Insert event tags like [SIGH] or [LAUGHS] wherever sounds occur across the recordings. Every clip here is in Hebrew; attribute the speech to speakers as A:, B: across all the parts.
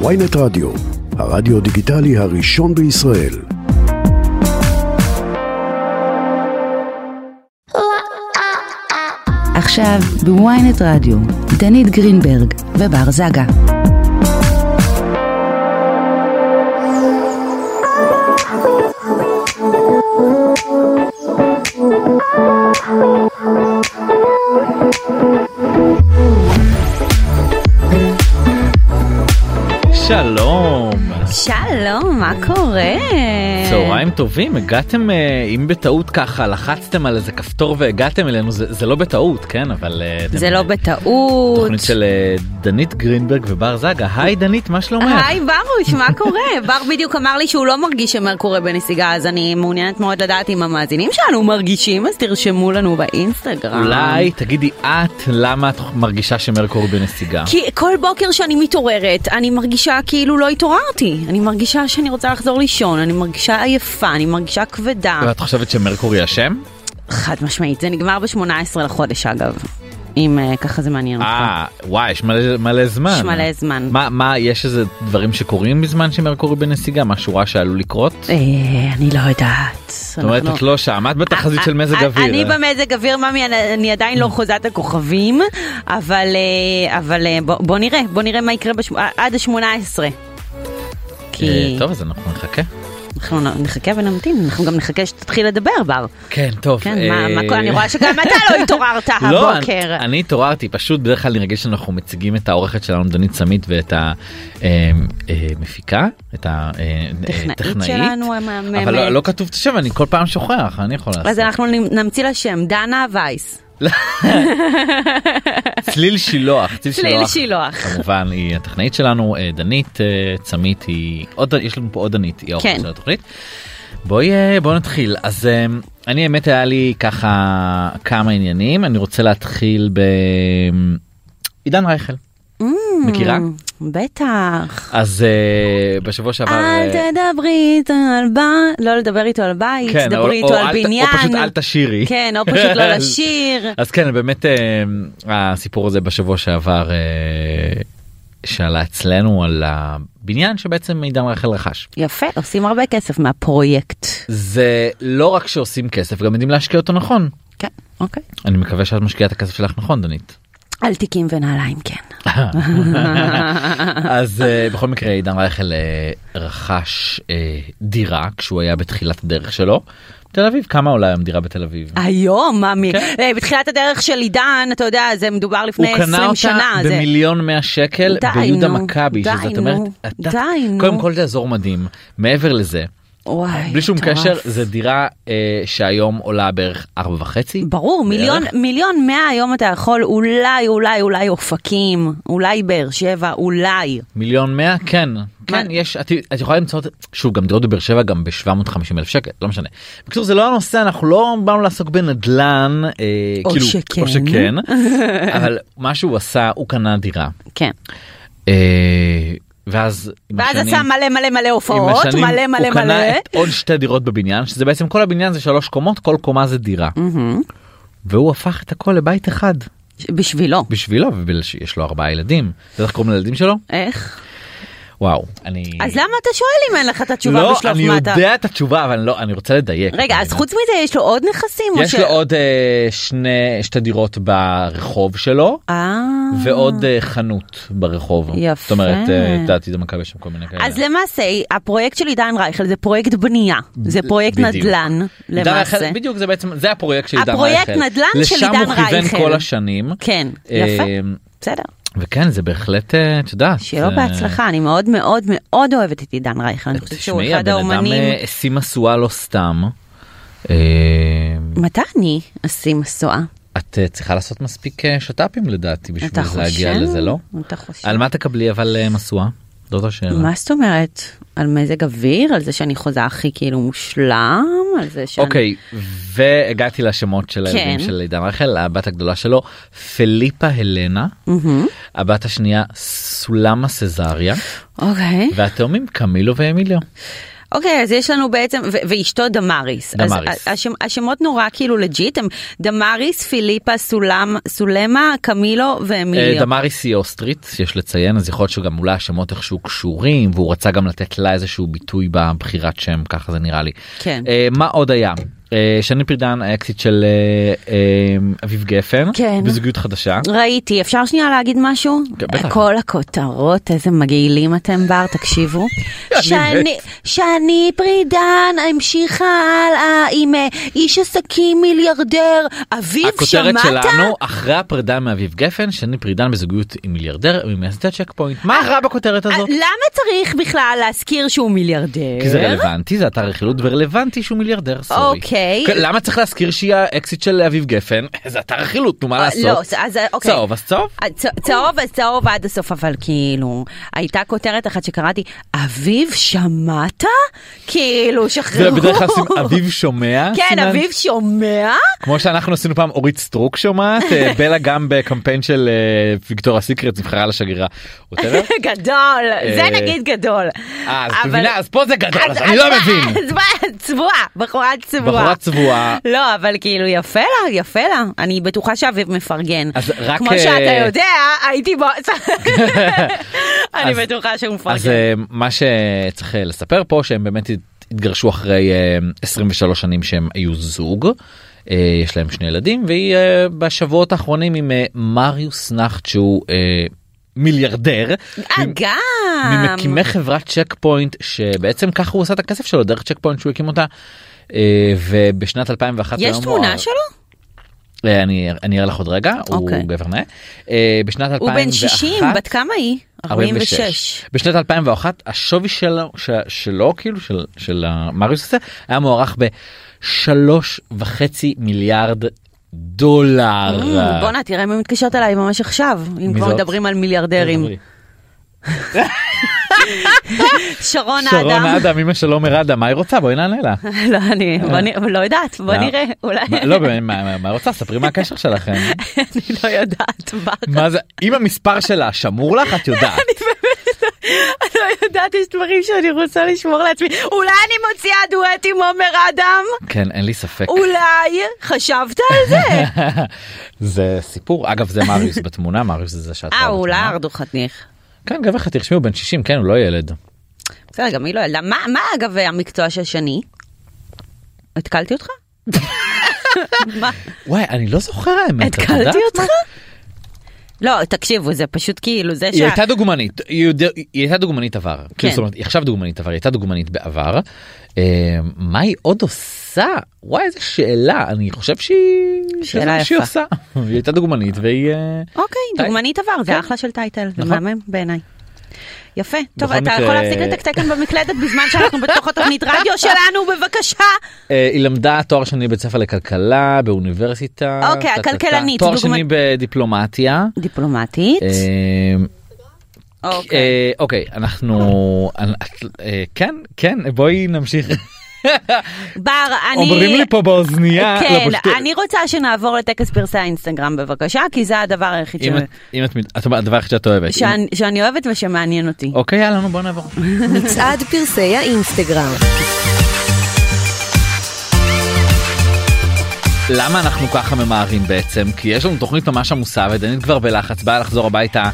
A: ויינט רדיו, הרדיו דיגיטלי הראשון בישראל.
B: עכשיו בוויינט רדיו, דנית גרינברג ובר זגה.
C: שלום.
B: שלום, מה קורה? כן.
C: צהריים טובים, הגעתם, אה, אם בטעות ככה לחצתם על איזה כפתור והגעתם אלינו, זה, זה לא בטעות, כן? אבל... אה,
B: זה
C: אתם-
B: לא בטעות.
C: תוכנית של אה, דנית גרינברג ובר זגה. היי דנית, מה שלומך?
B: היי ברוש, מה קורה? [LAUGHS] בר בדיוק אמר לי שהוא לא מרגיש שמרקורי בנסיגה, אז אני מעוניינת מאוד לדעת אם המאזינים שלנו מרגישים, אז תרשמו לנו באינסטגרם.
C: אולי תגידי את למה את מרגישה שמרקור בנסיגה.
B: כי כל בוקר שאני מתעוררת, אני מרגישה כאילו לא התעוררתי. אני מרגישה שאני רוצה לחזור לישון, אני מרגישה עייפה, אני מרגישה כבדה.
C: ואת חושבת שמרקורי אשם?
B: חד משמעית, זה נגמר ב-18 לחודש אגב, אם אה, ככה זה מעניין אותך.
C: אה, וואי, יש מלא, מלא זמן.
B: יש מלא זמן.
C: מה, מה, יש איזה דברים שקורים בזמן שמרקורי בנסיגה? משהו רע שעלול לקרות? זאת
B: אה, אני לא יודעת.
C: אומרת,
B: אנחנו-
C: את לא שם, את בתחזית של מזג
B: אה,
C: אוויר.
B: אני
C: אה?
B: במזג אוויר, ממי, אני- אני עדיין לא חוזה את הכוכבים, אבל אה, אבל אה, בוא- בוא נראה, בוא נראה מה יקרה בש- עד ה-18.
C: אה,
B: כי
C: טוב, אז אנחנו נחכה.
B: אנחנו נ- נחכה ונמתין, אנחנו גם נחכה שתתחיל לדבר בר.
C: כן, טוב.
B: כן, מה,
C: אה,
B: מה קורה? אני
C: [LAUGHS]
B: רואה שגם אתה לא התעוררת
C: לא, אני,
B: הבוקר.
C: אני התעוררתי, פשוט בדרך כלל אני רגיל שאנחנו מציגים את העורכת שלנו, דנית סמית, ואת המפיקה, את
B: טכנאית
C: הטכנאית.
B: שלנו, המהממת.
C: אבל לא, לא כתוב את השם, אני כל פעם שוכח, אני יכול לעשות.
B: אז אנחנו נ- נמציא לה שם, דנה וייס.
C: צליל שילוח, צליל
B: צליל
C: שילוח.
B: שילוח.
C: כמובן, היא הטכנאית שלנו, אה, דנית אה, צמית, היא עוד, יש לנו פה עוד דנית, היא האורחת
B: כן.
C: של התוכנית. בואי אה, בואו נתחיל אז אה, אני האמת היה לי ככה כמה עניינים אני רוצה להתחיל בעידן רייכל
B: Mm.
C: מכירה
B: בטח.
C: אז אה, בשבוע שעבר
B: אל
C: אה,
B: תדברי איתו על בית, לא לדבר איתו על בית,
C: כן, או-
B: דברי
C: או
B: איתו
C: אל
B: על
C: ת-
B: בניין.
C: או פשוט אל תשירי
B: כן, או פשוט
C: [LAUGHS]
B: לא לשיר.
C: אז כן באמת אה, הסיפור הזה בשבוע שעבר אה, שעלה אצלנו על הבניין שבעצם עידן רייכל רכש.
B: יפה, עושים הרבה כסף מהפרויקט.
C: זה לא רק שעושים כסף גם יודעים להשקיע אותו נכון
B: כן, אוקיי.
C: אני מקווה שאת משקיעה את הכסף שלך נכון דנית.
B: על תיקים ונעליים, כן.
C: אז אה, בכל מקרה עידן רייכל אה, רכש אה, דירה כשהוא היה בתחילת הדרך שלו. תל אביב כמה עולה היום דירה בתל אביב?
B: היום, ממי.
C: כן.
B: אה, בתחילת הדרך של עידן, אתה יודע, זה מדובר
C: הוא
B: לפני
C: קנה
B: 20
C: אותה
B: שנה. זה-
C: במיליון מאה שקל
B: די,
C: ביהודה
B: נו,
C: מכבי
B: די,
C: שזאת
B: נו,
C: אומרת אתה-
B: די, נו.
C: קודם כל זה אזור מדהים מעבר לזה
B: וואי,
C: בלי שום
B: מטורף.
C: קשר זה דירה אה, שהיום עולה בערך ארבע וחצי.
B: ברור, מיליון,
C: בערך.
B: מיליון מאה היום אתה יכול, אולי, אולי, אולי אופקים, אולי באר שבע, אולי.
C: מיליון מאה כן כן
B: מה?
C: יש את, את יכולה למצוא את- שוב גם דירות בבאר שבע גם ב750 אלף שקל לא משנה. בקיצור זה לא הנושא אנחנו לא באנו לעסוק בנדלן אה,
B: או
C: כאילו
B: שכן.
C: או
B: [LAUGHS]
C: שכן אבל מה שהוא עשה הוא קנה דירה
B: כן.
C: אה, ואז עם
B: ואז
C: השנים-
B: עשה מלא מלא מלא
C: עם
B: הופעות,
C: השנים
B: מלא מלא
C: הוא
B: מלא.
C: קנה את עוד שתי דירות בבניין שזה בעצם כל הבניין זה שלוש קומות כל קומה זה דירה
B: מהמם.
C: והוא הפך את הכל לבית אחד
B: ש- בשבילו.
C: בשבילו ובגלל שיש לו ארבעה ילדים. אתה יודע איך קוראים לילדים שלו?
B: איך?
C: וואו אני
B: אז למה אתה שואל אם אין לך את התשובה
C: אה. לא,
B: בשלוף
C: אני
B: מה אתה...
C: יודע את התשובה, אבל לא, אני רוצה לדייק.
B: רגע, אז חוץ מזה יש לו עוד נכסים? או
C: יש
B: ש-
C: לו עוד אה, שני, שתי דירות ברחוב שלו,
B: אה...
C: ועוד אה, חנות ברחוב.
B: יפה.
C: זאת אומרת, אה, לדעתי זה מכבי שם כל מיני כאלה.
B: אז למעשה, הפרויקט של עידן רייכל זה פרויקט בנייה, זה פרויקט
C: בדיוק.
B: נדל"ן,
C: עידן
B: למעשה.
C: רייכל- בדיוק, זה בעצם, זה הפרויקט של עידן רייכל.
B: הפרויקט נדל"ן של עידן
C: לשם הוא כיוון
B: רייכל.
C: כל השנים.
B: כן,
C: אה,
B: יפה, בסדר.
C: וכן, זה בהחלט, אה, את יודעת.
B: שיהיה לו
C: אה,
B: בהצלחה, אני מאוד מאוד מאוד אוהבת את עידן רייכל, אני חושבת שהוא
C: תשמעי,
B: אחד
C: הבן אדם
B: האומנים.
C: אה, השיא משואה לא סתם. אה,
B: מתי אני אשים משואה?
C: את אה, צריכה לעשות מספיק אה, שת"פים לדעתי
B: אתה
C: בשביל
B: חושב?
C: להגיע לזה, לא?
B: אתה חושב?
C: על מה תקבלי אבל אה, משואה? זאת השאלה.
B: מה זאת אומרת? על מזג אוויר? על זה שאני חוזה הכי כאילו מושלם? על זה שאני...
C: אוקיי, והגעתי לשמות של הילדים
B: כן.
C: של עידן רחל, הבת הגדולה שלו, פליפה הלנה,
B: מהמם.
C: הבת השנייה סולמה סזריה,
B: אוקיי.
C: והתאומים קמילו ואמיליו.
B: אוקיי, אז יש לנו בעצם, ו- ואשתו דמאריס. אז
C: דמאריס.
B: ה- השם, השמות נורא כאילו לג'יט, הם דמאריס, פיליפה, סולם, סולמה, קמילו
C: אה,
B: ואמיליו.
C: דמאריס היא אוסטרית, יש לציין, אז יכול להיות שגם אולי השמות איכשהו קשורים, והוא רצה גם לתת לה איזשהו ביטוי בבחירת שם, ככה זה נראה לי.
B: כן.
C: אה, מה עוד היה? אה, שני פרידן, האקסיט של אה, אה, אביב גפן,
B: כן.
C: בזוגיות חדשה.
B: ראיתי, אפשר שנייה להגיד משהו?
C: כן, בטח.
B: כל הכותרות, איזה מגעילים אתם בר,
C: [LAUGHS]
B: תקשיבו. שאני, שאני פרידן המשיכה הלאה עם אה, איש עסקים מיליארדר, אביב,
C: הכותרת
B: שמעת?
C: שלנו אחרי הפרידה מאביב גפן שני פרידן בזוגיות עם מיליארדר ממייסדי צ'ק פוינט מה רע בכותרת
B: אה,
C: הזאת?
B: למה צריך בכלל להזכיר שהוא מיליארדר?
C: כי זה רלוונטי זה אתר רכילות ורלוונטי שהוא מיליארדר סורי.
B: אוקיי.
C: כן, למה צריך להזכיר שהיא האקסיט של אביב גפן [LAUGHS] זה אתר רכילות נו מה
B: אה,
C: לעשות.
B: לא, אז אה, אוקיי.
C: צהוב אז צהוב.
B: אה, צ- צהוב אז צהוב עד הסוף, אבל כאילו, הייתה כותרת אחת שקראתי, אביב שמעת? כאילו, [LAUGHS]
C: זה
B: שחררו.
C: בדרך כלל עושים, אביב שומע
B: כן,
C: סימן?
B: אביב שומע?
C: כמו שאנחנו עשינו פעם אורית סטרוק שומעת
B: [LAUGHS]
C: אה, בלה גם בקמפיין של אה, ויקטוריה סיקרט נבחרה לשגרירה.
B: [LAUGHS]
C: whatever.
B: גדול, זה
C: אה,
B: נגיד גדול.
C: אה, אז את
B: אבל-
C: מבינה אז פה זה גדול אז אני
B: אז
C: לא
B: מה,
C: מבין.
B: [LAUGHS] אז מה, צבועה, בחורה צבועה.
C: בחורה צבועה.
B: לא, אבל כאילו, יפה לה, יפה לה. אני בטוחה שאביב מפרגן.
C: אז רק,
B: כמו
C: אה,
B: שאתה יודע, הייתי בו...
C: [LAUGHS]
B: אני
C: אז-
B: בטוחה שהוא
C: אז
B: מפרגן.
C: אה, מה שצריך אה, לספר פה שהם באמת הת- התגרשו אחרי אה, 23 שנים שהם היו זוג. אה, יש להם שני ילדים והיא אה, בשבועות האחרונים עם אה, מריוס נחט שהוא אה, מיליארדר. ממ-
B: אגב. אמ,
C: ממקימי חברת צ'ק פוינט שבעצם ככה הוא עשה את הכסף שלו דרך צ'ק פוינט שהוא הקים אותה. אה, ובשנת 2001
B: יש
C: היום
B: תמונה
C: הוא-
B: שלו?
C: אה, אני אני אראה לך עוד רגע הוא
B: אוקיי.
C: גבר נאה. אה, בשנת 2001
B: הוא בן 60, בת כמה היא? 46.
C: בשנת 2001 השווי שלו, ש, שלו כאילו של, של המריוס הזה היה מוערך בשלוש וחצי מיליארד דולר.
B: Mm, בואנה, תראה מי מתקשרת אליי ממש עכשיו, אם
C: מי
B: כבר
C: זאת?
B: מדברים על מיליארדרים. שרון
C: שרון
B: האדם.
C: אדם אמא של עומר אדם מה היא רוצה בואי נענה לה.
B: [LAUGHS] לא, אני בוא נ- לא יודעת, בוא
C: מה?
B: נראה, אולי. [LAUGHS]
C: מה- לא באמת מה מה- מה רוצה ספרי מה הקשר שלכם
B: אני לא יודעת, בר.
C: מה זה אם המספר שלה שמור לך את
B: [LAUGHS]
C: יודעת
B: אני [LAUGHS] לא יודעת, יש דברים שאני רוצה לשמור לעצמי. אולי אני מוציאה דואט עם עומר אדם?
C: כן אין לי ספק
B: אולי? חשבת על זה?
C: [LAUGHS]
B: אה,
C: זה סיפור אגב זה
B: [LAUGHS]
C: מריוס בתמונה מריוס זה זה שאת רואה
B: אה, הוא
C: בתמונה.
B: לארד הוא חתניך.
C: כן גבר לך תרשמי הוא בן 60 כן הוא לא ילד
B: בסדר, גם היא לא ילדה. מה, מה אגב המקצוע של שני?
C: [LAUGHS]
B: התקלתי אותך? מה?
C: וואי אני לא זוכר האמת. את יודעת
B: התקלתי
C: מה?
B: אותך? לא, תקשיבו, זה פשוט כאילו זה שה...
C: היא הייתה דוגמנית, היא יודע- היא הייתה דוגמנית עבר,
B: כן.
C: כאילו, זאת אומרת, היא עכשיו דוגמנית עבר, היא הייתה דוגמנית בעבר. אה, מה היא עוד עושה? וואי איזה שאלה, אני חושב שהיא...
B: שאלה
C: שזה מה שהיא
B: יפה.
C: עושה. [LAUGHS] היא הייתה דוגמנית והיא... אה,
B: אוקיי,
C: די. כן.
B: דוגמנית עבר, זה אחלה של טייטל, זה
C: נכון.
B: מהמם בעיניי. יפה, טוב,
C: בכל
B: אתה
C: מקרה-
B: יכול להפסיק לתקתקן במקלדת בזמן שאנחנו
C: [LAUGHS]
B: בתוך התוכנית רדיו שלנו, בבקשה.
C: אה, היא למדה תואר שני בבית ספר לכלכלה באוניברסיטה.
B: אוקיי,
C: טה, טה, טה.
B: הכלכלנית,
C: תואר
B: דוגמנ-
C: שני בדיפלומטיה.
B: דיפלומטית,
C: אה,
B: אוקיי.
C: אה, אוקיי, אנחנו... אנ- את- אה, כן, כן, בואי נמשיך.
B: בר, אני...
C: אומרים אה, לי פה באוזנייה. לא,
B: כן,
C: פשוט-
B: אני רוצה שנעבור לטקס פרסי האינסטגרם בבקשה, כי זה הדבר היחיד ש-
C: אם את- אם את מת- את אומרת הדבר היחיד שאת אוהבת.
B: שאני- שאני אוהבת ושמעניין אותי.
C: אוקיי יאללה נו בוא נעבור.
D: [LAUGHS] מצעד פרסי האינסטגרם.
C: למה אנחנו ככה ממהרים בעצם? כי יש לנו תוכנית ממש עמוסה ודנית כבר בלחץ באה לחזור הביתה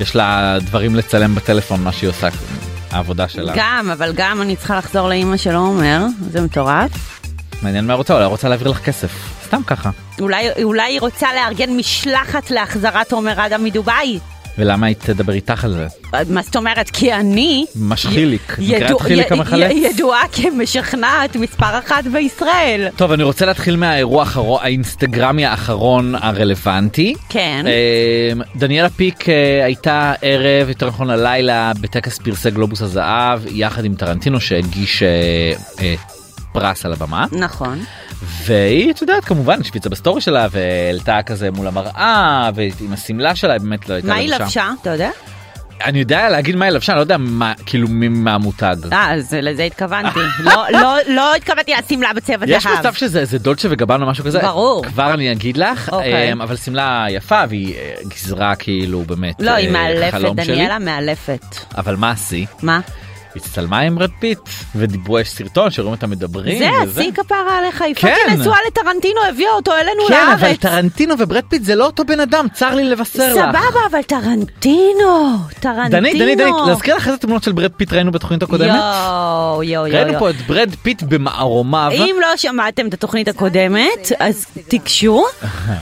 C: יש לה דברים לצלם בטלפון מה שהיא עושה העבודה שלה.
B: גם, אבל גם אני צריכה לחזור לאימא של עומר, זה מטורף.
C: מעניין מה היא רוצה אולי היא רוצה להעביר לך כסף סתם ככה.
B: אולי, אולי היא רוצה לארגן משלחת להחזרת עומר אדם מדובאי.
C: ולמה היא תדבר איתך על זה?
B: מה זאת אומרת? כי אני
C: ממש חיליק. את מכירה את
B: ידוע-
C: חיליק
B: י-
C: המחלץ?
B: י- ידועה כמשכנעת מספר אחת בישראל.
C: טוב אני רוצה להתחיל מהאירוע האחרון האינסטגרמי האחרון הרלוונטי.
B: כן.
C: אמ, דניאלה פיק אה, הייתה ערב יותר נכון הלילה בטקס פרסי גלובוס הזהב יחד עם טרנטינו שהגיש אה, אה, פרס על הבמה
B: נכון.
C: והיא את יודעת כמובן השוויצה בסטורי שלה והעלתה כזה מול המראה ועם השמלה שלה היא באמת לא הייתה
B: מה היא לבשה? אתה יודע?
C: אני יודע להגיד מה היא לבשה אני לא יודע מה כאילו מי- מה מותג.
B: אה, אז לזה התכוונתי. לא- לא- לא התכוונתי לשמלה בצבע
C: אה. יש
B: זהב.
C: מצב שזה איזה דולצ'ה וגבן או משהו כזה,
B: ברור.
C: כבר אני אגיד לך,
B: אוקיי.
C: אמ, אבל שמלה יפה והיא אה, גזרה כאילו באמת
B: לא, היא
C: אה,
B: מאלפת,
C: חלום שלי.
B: דניאלה מאלפת.
C: אבל מה השיא?
B: מה?
C: הצטלמה עם רד פיט ודיברו יש סרטון שרואים אותם מדברים.
B: זה
C: וזה.
B: השיא כפרה עליך, יפתי
C: כן.
B: נשואה לטרנטינו, הביאה אותו אלינו
C: כן
B: לארץ.
C: אבל טרנטינו וברד פיט זה לא אותו בן אדם צר לי לבשר לך.
B: סבבה, אבל טרנטינו, טרנטינו.
C: דנית דנית דנית לא, להזכיר לך איזה תמונות של ברד פיט ראינו בתוכנית הקודמת?
B: יואו, יואו, יואו.
C: ראינו
B: יואו.
C: פה את ברד פיט במערומיו.
B: אם לא שמעתם את התוכנית הקודמת, אז
C: [LAUGHS]
B: תיגשו,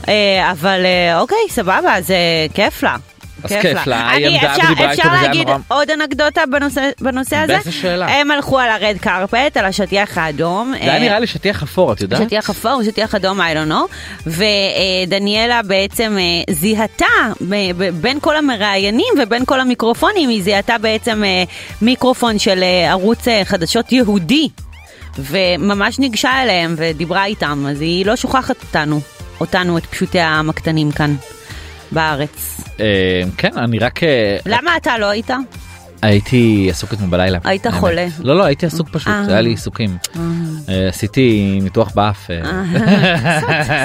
B: אה, אבל אה, אוקיי, סבבה, אז אה, כיף לה.
C: אז כיף לה, היא
B: אני-
C: עמדה
B: אפשר-
C: ודיברה איתו,
B: אפשר
C: וזה היה
B: להגיד
C: נורא.
B: עוד אנקדוטה בנושא- בנושא הזה?
C: באיזה שאלה?
B: הם הלכו על הרד קרפט, על השטיח האדום.
C: זה היה
B: אה,
C: נראה לי שטיח אפור את יודעת?
B: שטיח אפור, שטיח אדום, I don't know. ודניאלה בעצם אה, זיהתה ב- ב- בין כל המראיינים ובין כל המיקרופונים, היא זיהתה בעצם אה, מיקרופון של אה, ערוץ אה, חדשות יהודי, וממש ניגשה אליהם ודיברה איתם, אז היא לא שוכחת אותנו, אותנו, את פשוטי העם הקטנים כאן בארץ.
C: אה, כן אני רק אה,
B: למה אתה לא
C: [LAUGHS]
B: היית?
C: הייתי עסוק אתמול בלילה.
B: היית
C: האמת.
B: חולה.
C: לא לא הייתי עסוק פשוט
B: אה.
C: היה לי עיסוקים. אה, עשיתי ניתוח באף. אה.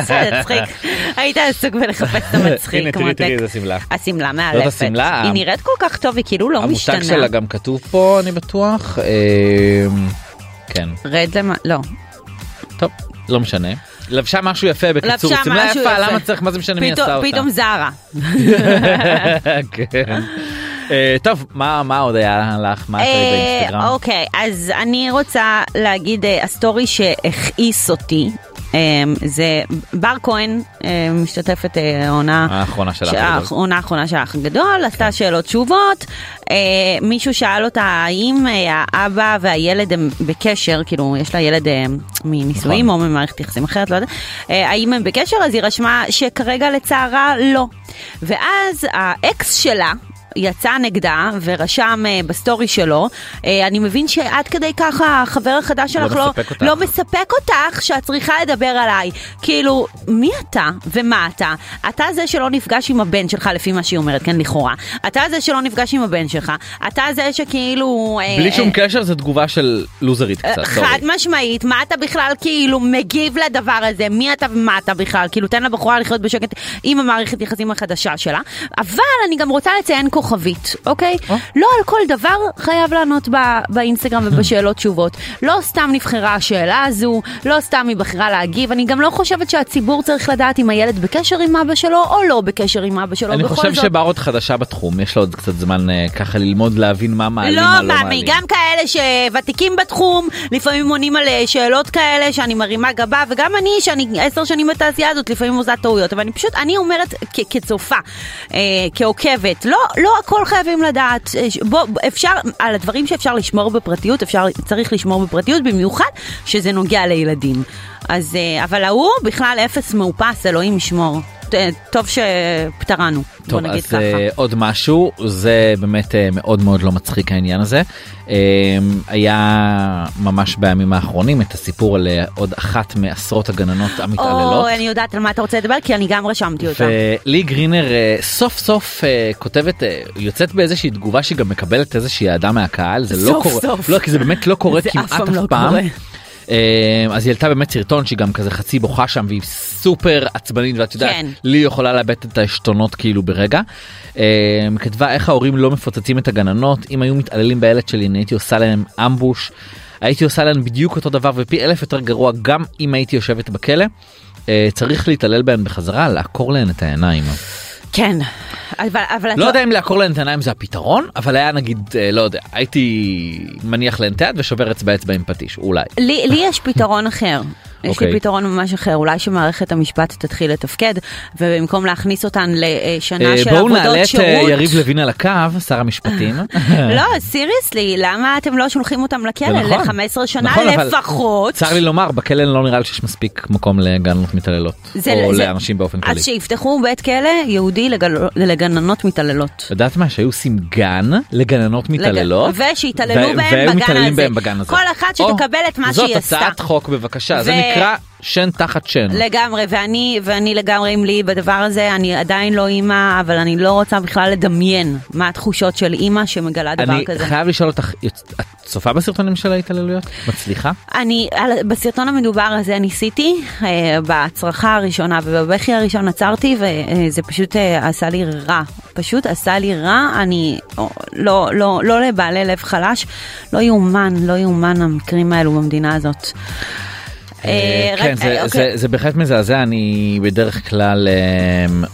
B: בסדר, צחיק. היית עסוק בלחפש את המצחיק,
C: הנה, תראי, תראי
B: מותק.
C: איזה שמלה.
B: השמלה
C: זאת
B: מאלפת.
C: השמלה.
B: היא נראית כל כך טוב, היא כאילו [LAUGHS] לא משתנה.
C: המותג שלה גם כתוב פה אני בטוח. אה, כן
B: רד למה, לא.
C: טוב לא משנה. לבשה משהו יפה בקיצור.
B: לבשה
C: שמלה
B: לא, משהו
C: לא יפה,
B: יפה.
C: למה צריך מה זה משנה מי
B: פתאום-
C: עשה אותה.
B: פתאום זרה.
C: [LAUGHS] כן. אה, טוב מה מה עוד היה לך מה את ראית
B: אה,
C: באינסטגרם?
B: אוקיי, אז אני רוצה להגיד אה, הסטורי שהכעיס אותי. אה, זה בר כהן, אה, משתתפת אה, העונה
C: האחרונה שלך.
B: העונה האחרונה של האח הגדול, עשתה שאלות תשובות. אה, מישהו שאל אותה האם אה, האבא והילד הם בקשר, כאילו יש לה ילד אה, מנישואים או
C: נכון.
B: ממערכת יחסים אחרת, לא יודעת, אה, האם הם בקשר, אז היא רשמה שכרגע לצערה לא. ואז האקס שלה... יצא נגדה ורשם אה, בסטורי שלו, אה, אני מבין שעד כדי ככה החבר החדש
C: לא
B: שלך לא,
C: מספק אותך."
B: לא מספק אותך שאת צריכה לדבר עליי. כאילו, מי אתה ומה אתה? אתה זה שלא נפגש עם הבן שלך, לפי מה שהיא אומרת, כן, לכאורה. אתה זה שלא נפגש עם הבן שלך. אתה זה שכאילו... אה,
C: בלי
B: אה,
C: שום קשר זו תגובה של לוזרית
B: אה,
C: קצת. לא,
B: חד
C: סורי.
B: משמעית, מה אתה בכלל כאילו מגיב לדבר הזה, מי אתה ומה אתה בכלל, כאילו תן לבחורה לחיות בשקט עם המערכת יחסים החדשה שלה, אבל אני גם רוצה לציין כוכבית, אוקיי?
C: או.
B: לא על כל דבר חייב לענות ב- באינסטגרם
C: אה.
B: ובשאלות תשובות. לא סתם נבחרה השאלה הזו, לא סתם היא בחרה להגיב, אני גם לא חושבת שהציבור צריך לדעת אם הילד בקשר עם אבא שלו או לא בקשר עם אבא שלו,
C: אני
B: בכל
C: חושב
B: זאת.
C: שבר עוד חדשה בתחום, יש לה עוד קצת זמן אה, ככה ללמוד להבין מה מעלים, מה
B: לא,
C: לא
B: מאמי,
C: מעלים.
B: גם כאלה שוותיקים בתחום, לפעמים עונים על אה, שאלות כאלה שאני מרימה גבה, וגם אני, שאני עשר שנים בתעשייה הזאת, לפעמים עושה טעויות, אבל אני פשוט, אני אומרת כ- כצופה, אה, כעוקבת, לא, לא הכל חייבים לדעת, אה, ש- בוא, אפשר, על הדברים שאפשר לשמור בפרטיות, אפשר, צריך לשמור בפרטיות, במיוחד שזה נוגע לילדים. אז, אה, אבל ההוא בכלל אפס מאופס, אלוהים ישמור. ט- טוב שפטרנו, בוא
C: טוב,
B: נגיד
C: אז
B: ככה.
C: אה, עוד משהו, זה באמת אה, מאוד מאוד לא מצחיק העניין הזה. אה, היה ממש בימים האחרונים את הסיפור על אה, עוד אחת מעשרות הגננות המתעללות.
B: או, אני יודעת על מה אתה רוצה לדבר, כי אני גם רשמתי אותה.
C: ולי גרינר אה, סוף סוף אה, כותבת אה, יוצאת באיזושהי תגובה שהיא גם מקבלת איזושהי אהדה מהקהל זה לא
B: סוף
C: קורה
B: סוף.
C: לא כי זה באמת לא קורה
B: זה אף
C: כמעט
B: פעם
C: אף
B: לא
C: פעם.
B: קורה.
C: אה, אז היא העלתה באמת סרטון שהיא גם כזה חצי בוכה שם והיא סופר עצבנית ואת יודעת
B: כן.
C: לי יכולה לאבד את העשתונות כאילו ברגע. אה, היא כתבה איך ההורים לא מפוצצים את הגננות אם היו מתעללים בילד שלי אני הייתי עושה להם אמבוש. הייתי עושה להם בדיוק אותו דבר ופי אלף יותר גרוע גם אם הייתי יושבת בכלא. אה, צריך להתעלל בהם בחזרה לעקור להן את העיניים.
B: כן, אבל, אבל
C: לא
B: אתה...
C: יודע אם לעקור להן את העיניים זה הפתרון אבל היה נגיד אה, לא יודע הייתי מניח להן את היד ושובר אצבע אצבע עם פטיש אולי.
B: לי, לי יש פתרון אחר. יש לי
C: אוקיי.
B: פתרון ממש אחר, אולי שמערכת המשפט תתחיל לתפקד, ובמקום להכניס אותן לשנה
C: אה,
B: של
C: בואו
B: עבודות
C: נעלה את
B: שירות.
C: אה, יריב לוין על הקו שר המשפטים.
B: [LAUGHS] לא, סיריוסלי, למה אתם לא שולחים אותם לכלא
C: זה נכון.
B: ל-15 שנה
C: נכון, אבל
B: לפחות?
C: צר לי לומר בכלא לא נראה לי שיש מספיק מקום לגננות מתעללות
B: זה-
C: או
B: זה-
C: לאנשים באופן כללי.
B: אז שיפתחו בית כלא יהודי לגל- לגננות מתעללות.
C: את יודעת מה שהיו עושים גן לגננות מתעללות
B: לג- ושיתעללו
C: ו-
B: בהם
C: והם
B: בגן
C: מתעללים
B: הזה.
C: בהם בגן הזה.
B: כל אחת
C: או,
B: שתקבל את מה שהיא עשתה.
C: זאת הצעת חוק בבקשה
B: ו-
C: זה נקרא שן תחת שן.
B: לגמרי, ואני, ואני לגמרי עם לי בדבר הזה, אני עדיין לא אימא, אבל אני לא רוצה בכלל לדמיין מה התחושות של אימא שמגלה דבר
C: אני
B: כזה.
C: חייב לשאול אותך, את צופה בסרטונים של ההתעללויות? מצליחה?
B: אני, על- בסרטון המדובר הזה ניסיתי, אה, בהצרחה הראשונה ובבכי הראשון עצרתי, וזה פשוט אה, עשה לי רע. פשוט עשה לי רע, אני או, לא, לא, לא לבעלי לב חלש, לא יאומן, לא יאומן המקרים האלו במדינה הזאת. אה, רק-
C: כן, זה-
B: אה, אוקיי.
C: זה- זה בהחלט מזעזע, אני בדרך כלל אמ,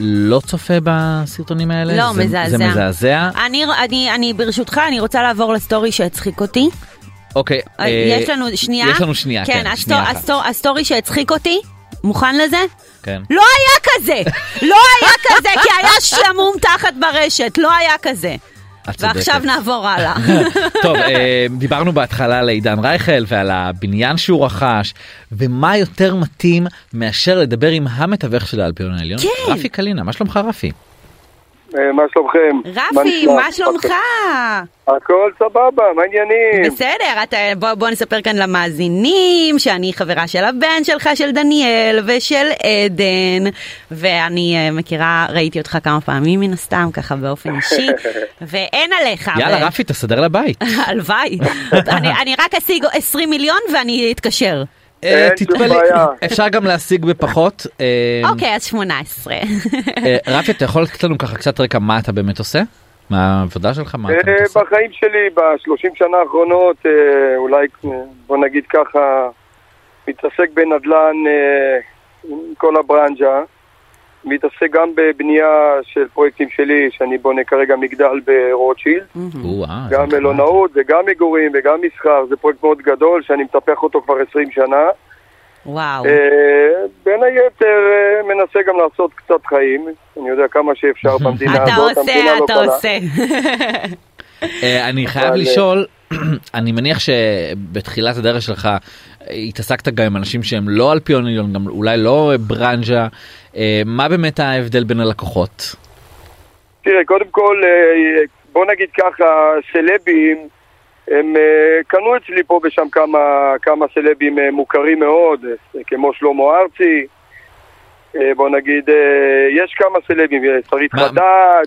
C: לא צופה בסרטונים האלה.
B: לא,
C: זה-
B: מזעזע. אה,
C: זה מזעזע.
B: אני, אני, אני ברשותך, אני רוצה לעבור לסטורי שהצחיק אותי.
C: אוקיי.
B: אה,
C: אה,
B: יש לנו שנייה?
C: יש לנו שנייה, כן.
B: הסטו,
C: שנייה אחת.
B: הסטו, הסטורי שהצחיק אותי, מוכן לזה?
C: כן.
B: לא היה כזה! לא היה כזה, כי היה שמום תחת ברשת, לא היה כזה.
C: את צודקת.
B: ועכשיו [LAUGHS] נעבור
C: [LAUGHS]
B: הלאה.
C: טוב, אה, דיברנו בהתחלה על עידן רייכל ועל הבניין שהוא רכש, ומה יותר מתאים מאשר לדבר עם המתווך של האלפיון העליון?
B: כן.
C: רפי קלינה, מה שלומך רפי?
E: אה, מה שלומכם? מה
B: רפי,
E: נשמע?
B: מה שלומך?
E: הכל סבבה, מה העניינים?
B: בסדר, אתה, בוא, בוא נספר כאן למאזינים שאני חברה של הבן שלך, של דניאל ושל עדן, ואני אה, מכירה, ראיתי אותך כמה פעמים מן הסתם, ככה באופן אישי, ואין עליך. ו-
C: יאללה רפי, תסדר לבית.
B: [LAUGHS] הלוואי. אני, אני רק אשיג 20 מיליון ואני אתקשר.
C: אה,
E: אין שום
C: תתפלא,
E: בעיה.
C: אפשר גם להשיג בפחות. אה,
B: אוקיי, אז 18.
C: אה, רפי, אתה יכול לתת לנו ככה קצת רקע מה אתה באמת עושה? מה העבודה שלך? מה אתה
E: אה,
C: באמת עושה?
E: בחיים שלי, בשלושים שנה האחרונות, אה, אולי, אה, בוא נגיד ככה, מתעסק בנדל"ן אה, עם כל הברנז'ה, מתעסק גם בבנייה של פרויקטים שלי, שאני בונה כרגע מגדל ברוטשילד,
C: או, אה, זה
E: גם
C: נחמד.
E: מלונאות וגם מגורים וגם מסחר, זה פרויקט מאוד גדול שאני מטפח אותו כבר עשרים שנה.
B: [LAUGHS] וואו.
E: אה, בין היתר אה, מנסה גם לעשות קצת חיים, אני יודע כמה שאפשר
C: [LAUGHS]
E: במדינה הזאת,
B: אתה
E: המדינה
B: עושה,
E: לא
B: אתה
E: קלה.
B: עושה.
C: אה, אני חייב
E: אבל-
C: לשאול, [CLEARS THROAT] אני מניח שבתחילת הדרך שלך אה, התעסקת גם עם אנשים שהם לא אלפיון עליון, גם אולי לא אה, ברנז'ה, אה, מה באמת ההבדל בין הלקוחות?
E: תראה, קודם כל, אה, בוא נגיד ככה, סלבים, הם אה, קנו אצלי פה ושם כמה, כמה סלבים אה, מוכרים מאוד, אה, כמו שלמה ארצי, אה, בוא נגיד, אה, יש כמה סלבים, אה, שרית
C: מה-
E: חדד,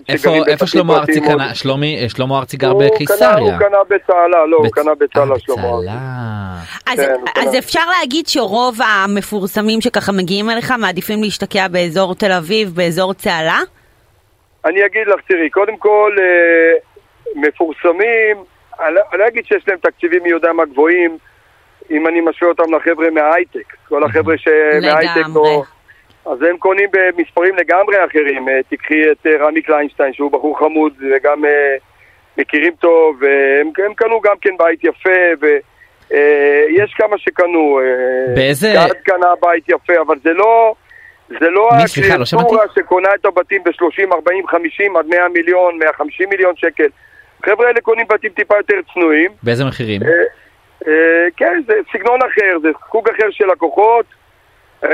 C: איפה
E: שגרים
C: איפה
E: בפתח
C: שלמה ארצי
E: תקווה,
C: קנה, שלומי, אה, שלמה ארצי גר
E: הוא קנה- הוא
C: בקיסריה.
E: קנה בצהלה, לא, הוא
C: בצ-
E: קנה
C: אה,
E: בצהלה שלמה ארצי.
C: בצהלה.
B: אז-
E: כן,
B: אז
E: כן.
B: אפשר להגיד שרוב המפורסמים שככה מגיעים אליך מעדיפים להשתקע באזור תל אביב, באזור צהלה?
E: אני אגיד לך, תראי, קודם כל, אה, מפורסמים, אני לא- אני לא אגיד שיש להם תקציבים מי יודע מה גבוהים, אם אני משווה אותם לחבר'ה מההייטק. כל החבר'ה שמההייטק לא... אז הם קונים במספרים לגמרי אחרים. אה, תיקחי את אה, רמי קליינשטיין, שהוא בחור חמוד, וגם אה, מכירים טוב, והם הם קנו גם כן בית יפה, ו... אה, יש כמה שקנו, אה,
C: באיזה-
E: גד קנה בית יפה, אבל זה לא, זה לא
C: מי? סליחה, לא שמעתי.
E: הקליינטורה שקונה את הבתים ב-30, 40, 50 עד 100 מיליון, 150 מיליון שקל. החבר'ה האלה קונים בתים טיפה יותר צנועים.
C: באיזה מחירים?
E: אה, אה, כן, זה סגנון אחר, זה חוג אחר של לקוחות. אה,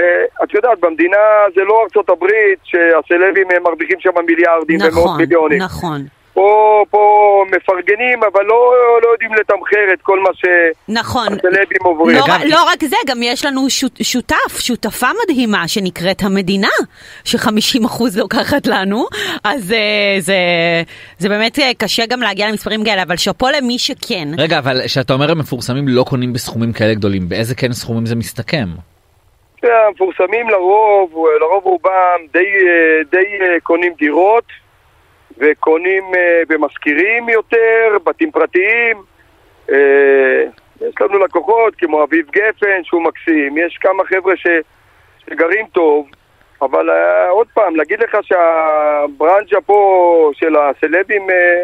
E: את יודעת, במדינה זה לא ארצות הברית שהסלבים אה, מרוויחים שם מיליארדים ומאות
B: נכון,
E: מיליונים.
B: נכון.
E: פה, פה מפרגנים, אבל לא, לא יודעים לתמחר את כל מה שהסלבים
B: נכון.
E: עוברים.
B: לא,
C: גם-
B: לא רק זה, גם יש לנו שות, שותף, שותפה מדהימה שנקראת המדינה, ש-50% לוקחת לנו, אז אה, זה, זה באמת אה, קשה גם להגיע למספרים כאלה, אבל שאפו למי שכן.
C: רגע, אבל כשאתה אומר הם מפורסמים לא קונים בסכומים כאלה גדולים, באיזה כן סכומים זה מסתכם?
E: המפורסמים לרוב, לרוב רובם די, אה, די אה, קונים דירות וקונים אה, ומשכירים יותר, בתים פרטיים. אה, יש לנו לקוחות כמו אביב גפן שהוא מקסים, יש כמה חבר'ה ש, שגרים טוב, אבל אה, עוד פעם, להגיד לך שהברנז'ה פה של הסלבים אה,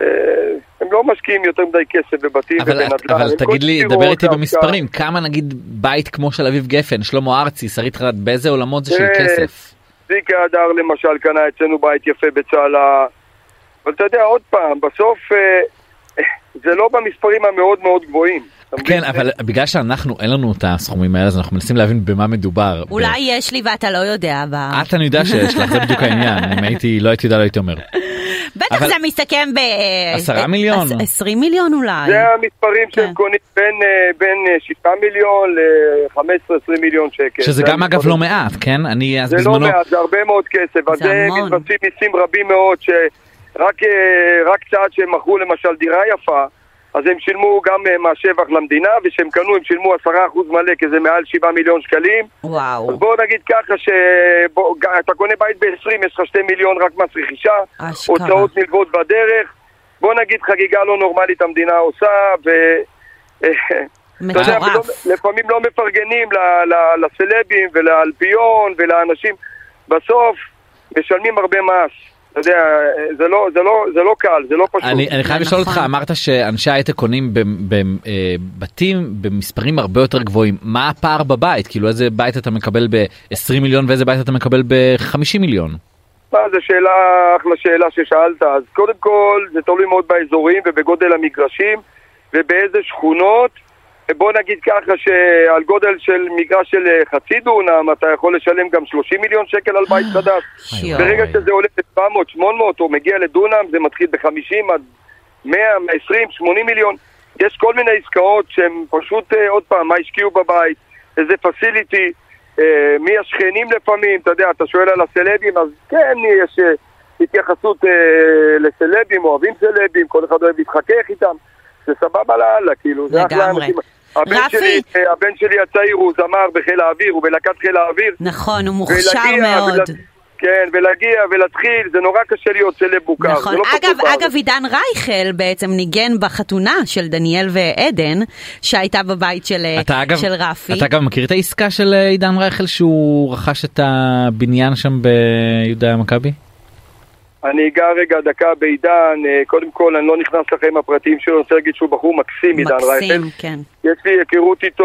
E: אה, הם לא משקיעים יותר מדי כסף בבתים
C: אבל,
E: ובנדל"ן.
C: אבל
E: הם
C: תגיד
E: קונים
C: לי,
E: דירות
C: דבר איתי
E: דווקא.
C: במספרים, כמה נגיד בית כמו של אביב גפן, שלמה ארצי, שרית חדד, באיזה עולמות זה של
E: אה,
C: כסף?
E: צביקה הדר למשל קנה אצלנו בית יפה בצהלה, אבל אתה יודע, עוד פעם, בסוף אה, זה לא במספרים המאוד מאוד גבוהים. אתה מבין?
C: כן, אבל בגלל שאנחנו, אין לנו את הסכומים האלה, אז אנחנו מנסים להבין במה מדובר.
B: אולי יש לי ואתה לא יודע. ב...
E: כן,
C: את אני יודע שיש לך, זה בדיוק העניין, אם הייתי, לא הייתי יודע, לא הייתי אומר.
B: בטח
C: אבל-
B: זה מסתכם ב...
C: עשרה
B: אה,
C: מיליון.
B: עש- עשרים מיליון אולי.
E: זה המספרים
B: כן.
E: שהם קונים בין, אה, בין 6 מיליון ל-15-20 מיליון שקל.
C: שזה
E: זה
C: גם אגב
E: המספרים.
C: לא מעט, כן? אני אז
E: זה לא
C: בזמנו...
E: מעט, זה הרבה מאוד כסף. אז
B: זה
E: זה
B: המון.
E: מתווספים מיסים רבים מאוד, שרק אה, רק צעד שהם מכרו למשל דירה יפה, אז הם שילמו גם אה, מהשבח למדינה, וכשהם קנו הם שילמו 10% מלא, כי זה מעל 7 מיליון שקלים. אז
B: וואו,
E: בואו נגיד ככה, שאתה קונה בית ב-20, יש לך 2 מיליון רק מס רכישה,
B: אשכרה.
E: הוצאות נלוות בדרך. בוא נגיד חגיגה לא נורמלית המדינה עושה, ו... אה, אתה יודע,
B: מטורף.
E: ולא- לפעמים לא מפרגנים ל- ל- לסלבים ולאלפיון ולאנשים. בסוף משלמים הרבה מס. אתה יודע, זה לא, זה לא, זה לא קל, זה לא פשוט.
C: אני, אני חייב
B: זה
C: לשאול
B: נכון.
C: אותך, אמרת שאנשי הייטק קונים בבתים אה, במספרים הרבה יותר גבוהים, מה הפער בבית? כאילו איזה בית אתה מקבל ב-20 מיליון ואיזה בית אתה מקבל ב-50 מיליון?
E: מה, זו שאלה, אחלה שאלה ששאלת. אז קודם כל, זה תלוי מאוד באזורים ובגודל המגרשים ובאיזה שכונות. בוא נגיד ככה שעל גודל של מגרש של אה, חצי דונם, אתה יכול לשלם גם 30 מיליון שקל על בית חדש.
B: שיו.
E: ברגע
C: אוי.
E: שזה עולה ל-700, 800, או מגיע לדונם, זה מתחיל ב-50 עד 100, 120, 80 מיליון. יש כל מיני עסקאות שהן פשוט, אה, עוד פעם, מה השקיעו בבית, איזה פסיליטי, אה, מי השכנים לפעמים, אתה יודע, אתה שואל על הסלבים, אז כן, יש אה, התייחסות אה, לסלבים, אוהבים סלבים, כל אחד אוהב להתחכך איתם, זה סבבה לאללה, כאילו, זה אחלה
B: לגמרי.
E: אנשים. הבן
B: רפי.
E: שלי, אה, הבן שלי הצעיר הוא זמר בחיל האוויר, הוא בלהקת חיל האוויר,
B: נכון, הוא מוכשר
E: ולהגיע,
B: מאוד.
E: ולה- כן, ולהגיע ולהתחיל, זה נורא קשה להיות סלב מוכר.
B: נכון.
E: זה לא
B: אגב,
E: פשוט בארץ.
B: אגב, עידן רייכל בעצם ניגן בחתונה של דניאל ועדן, שהייתה בבית של, אה,
C: אתה אגב,
B: של רפי.
C: אתה גם מכיר את העסקה של אה, עידן רייכל שהוא רכש את הבניין שם ביהודה מכבי?
E: אה, אני אגע רגע דקה בעידן, אה, קודם כל אני לא נכנס לחיים הפרטיים שלו, אני רוצה להגיד שהוא בחור מקסים, עידן רייפל.
B: מקסים, כן.
E: יש לי היכרות איתו,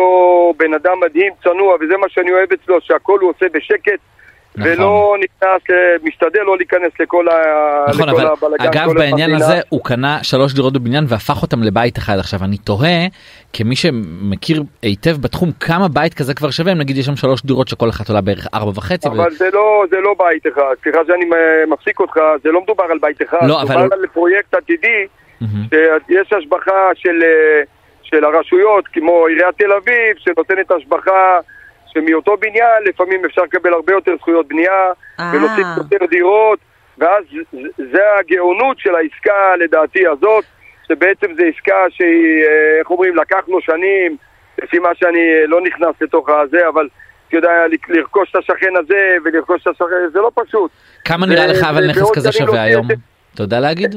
E: בן אדם מדהים, צנוע, וזה מה שאני אוהב אצלו, שהכל הוא עושה בשקט.
C: נכון.
E: ולא נכנס, ל- משתדל לא להיכנס לכל ה...
C: נכון,
E: לכל
C: אבל
E: הבלגן,
C: אגב
E: כל
C: בעניין
E: החבילה.
C: הזה הוא קנה שלוש דירות בבניין והפך אותם לבית אחד עכשיו אני תוהה כמי שמכיר היטב בתחום כמה בית כזה כבר שווה אם נגיד יש שם שלוש דירות שכל אחת עולה בערך ארבע וחצי. ו-
E: אבל זה לא, זה לא בית אחד, סליחה שאני אה, מפסיק אותך, זה לא מדובר על בית אחד,
C: לא, אבל-
E: מדובר על פרויקט עתידי,
C: מהמם.
E: שיש השבחה של, אה, של הרשויות, כמו עיריית תל אביב, שנותנת השבחה שמאותו בניין לפעמים אפשר לקבל הרבה יותר זכויות בנייה,
B: אה.
E: ולהוסיף יותר דירות, ואז ז- זה הגאונות של העסקה לדעתי הזאת, שבעצם זו עסקה שהיא, אה, איך אומרים, לקחנו שנים, לפי מה שאני אה, לא נכנס לתוך הזה, אבל... אתה יודע, ל- לרכוש את השכן הזה ולרכוש את השכן, זה לא פשוט.
C: כמה נראה
E: ו-
C: לך אבל
E: ו-
C: נכס
E: ועוד
C: כזה
E: אני
C: שווה
E: לא- [LAUGHS]
C: היום? אתה יודע להגיד?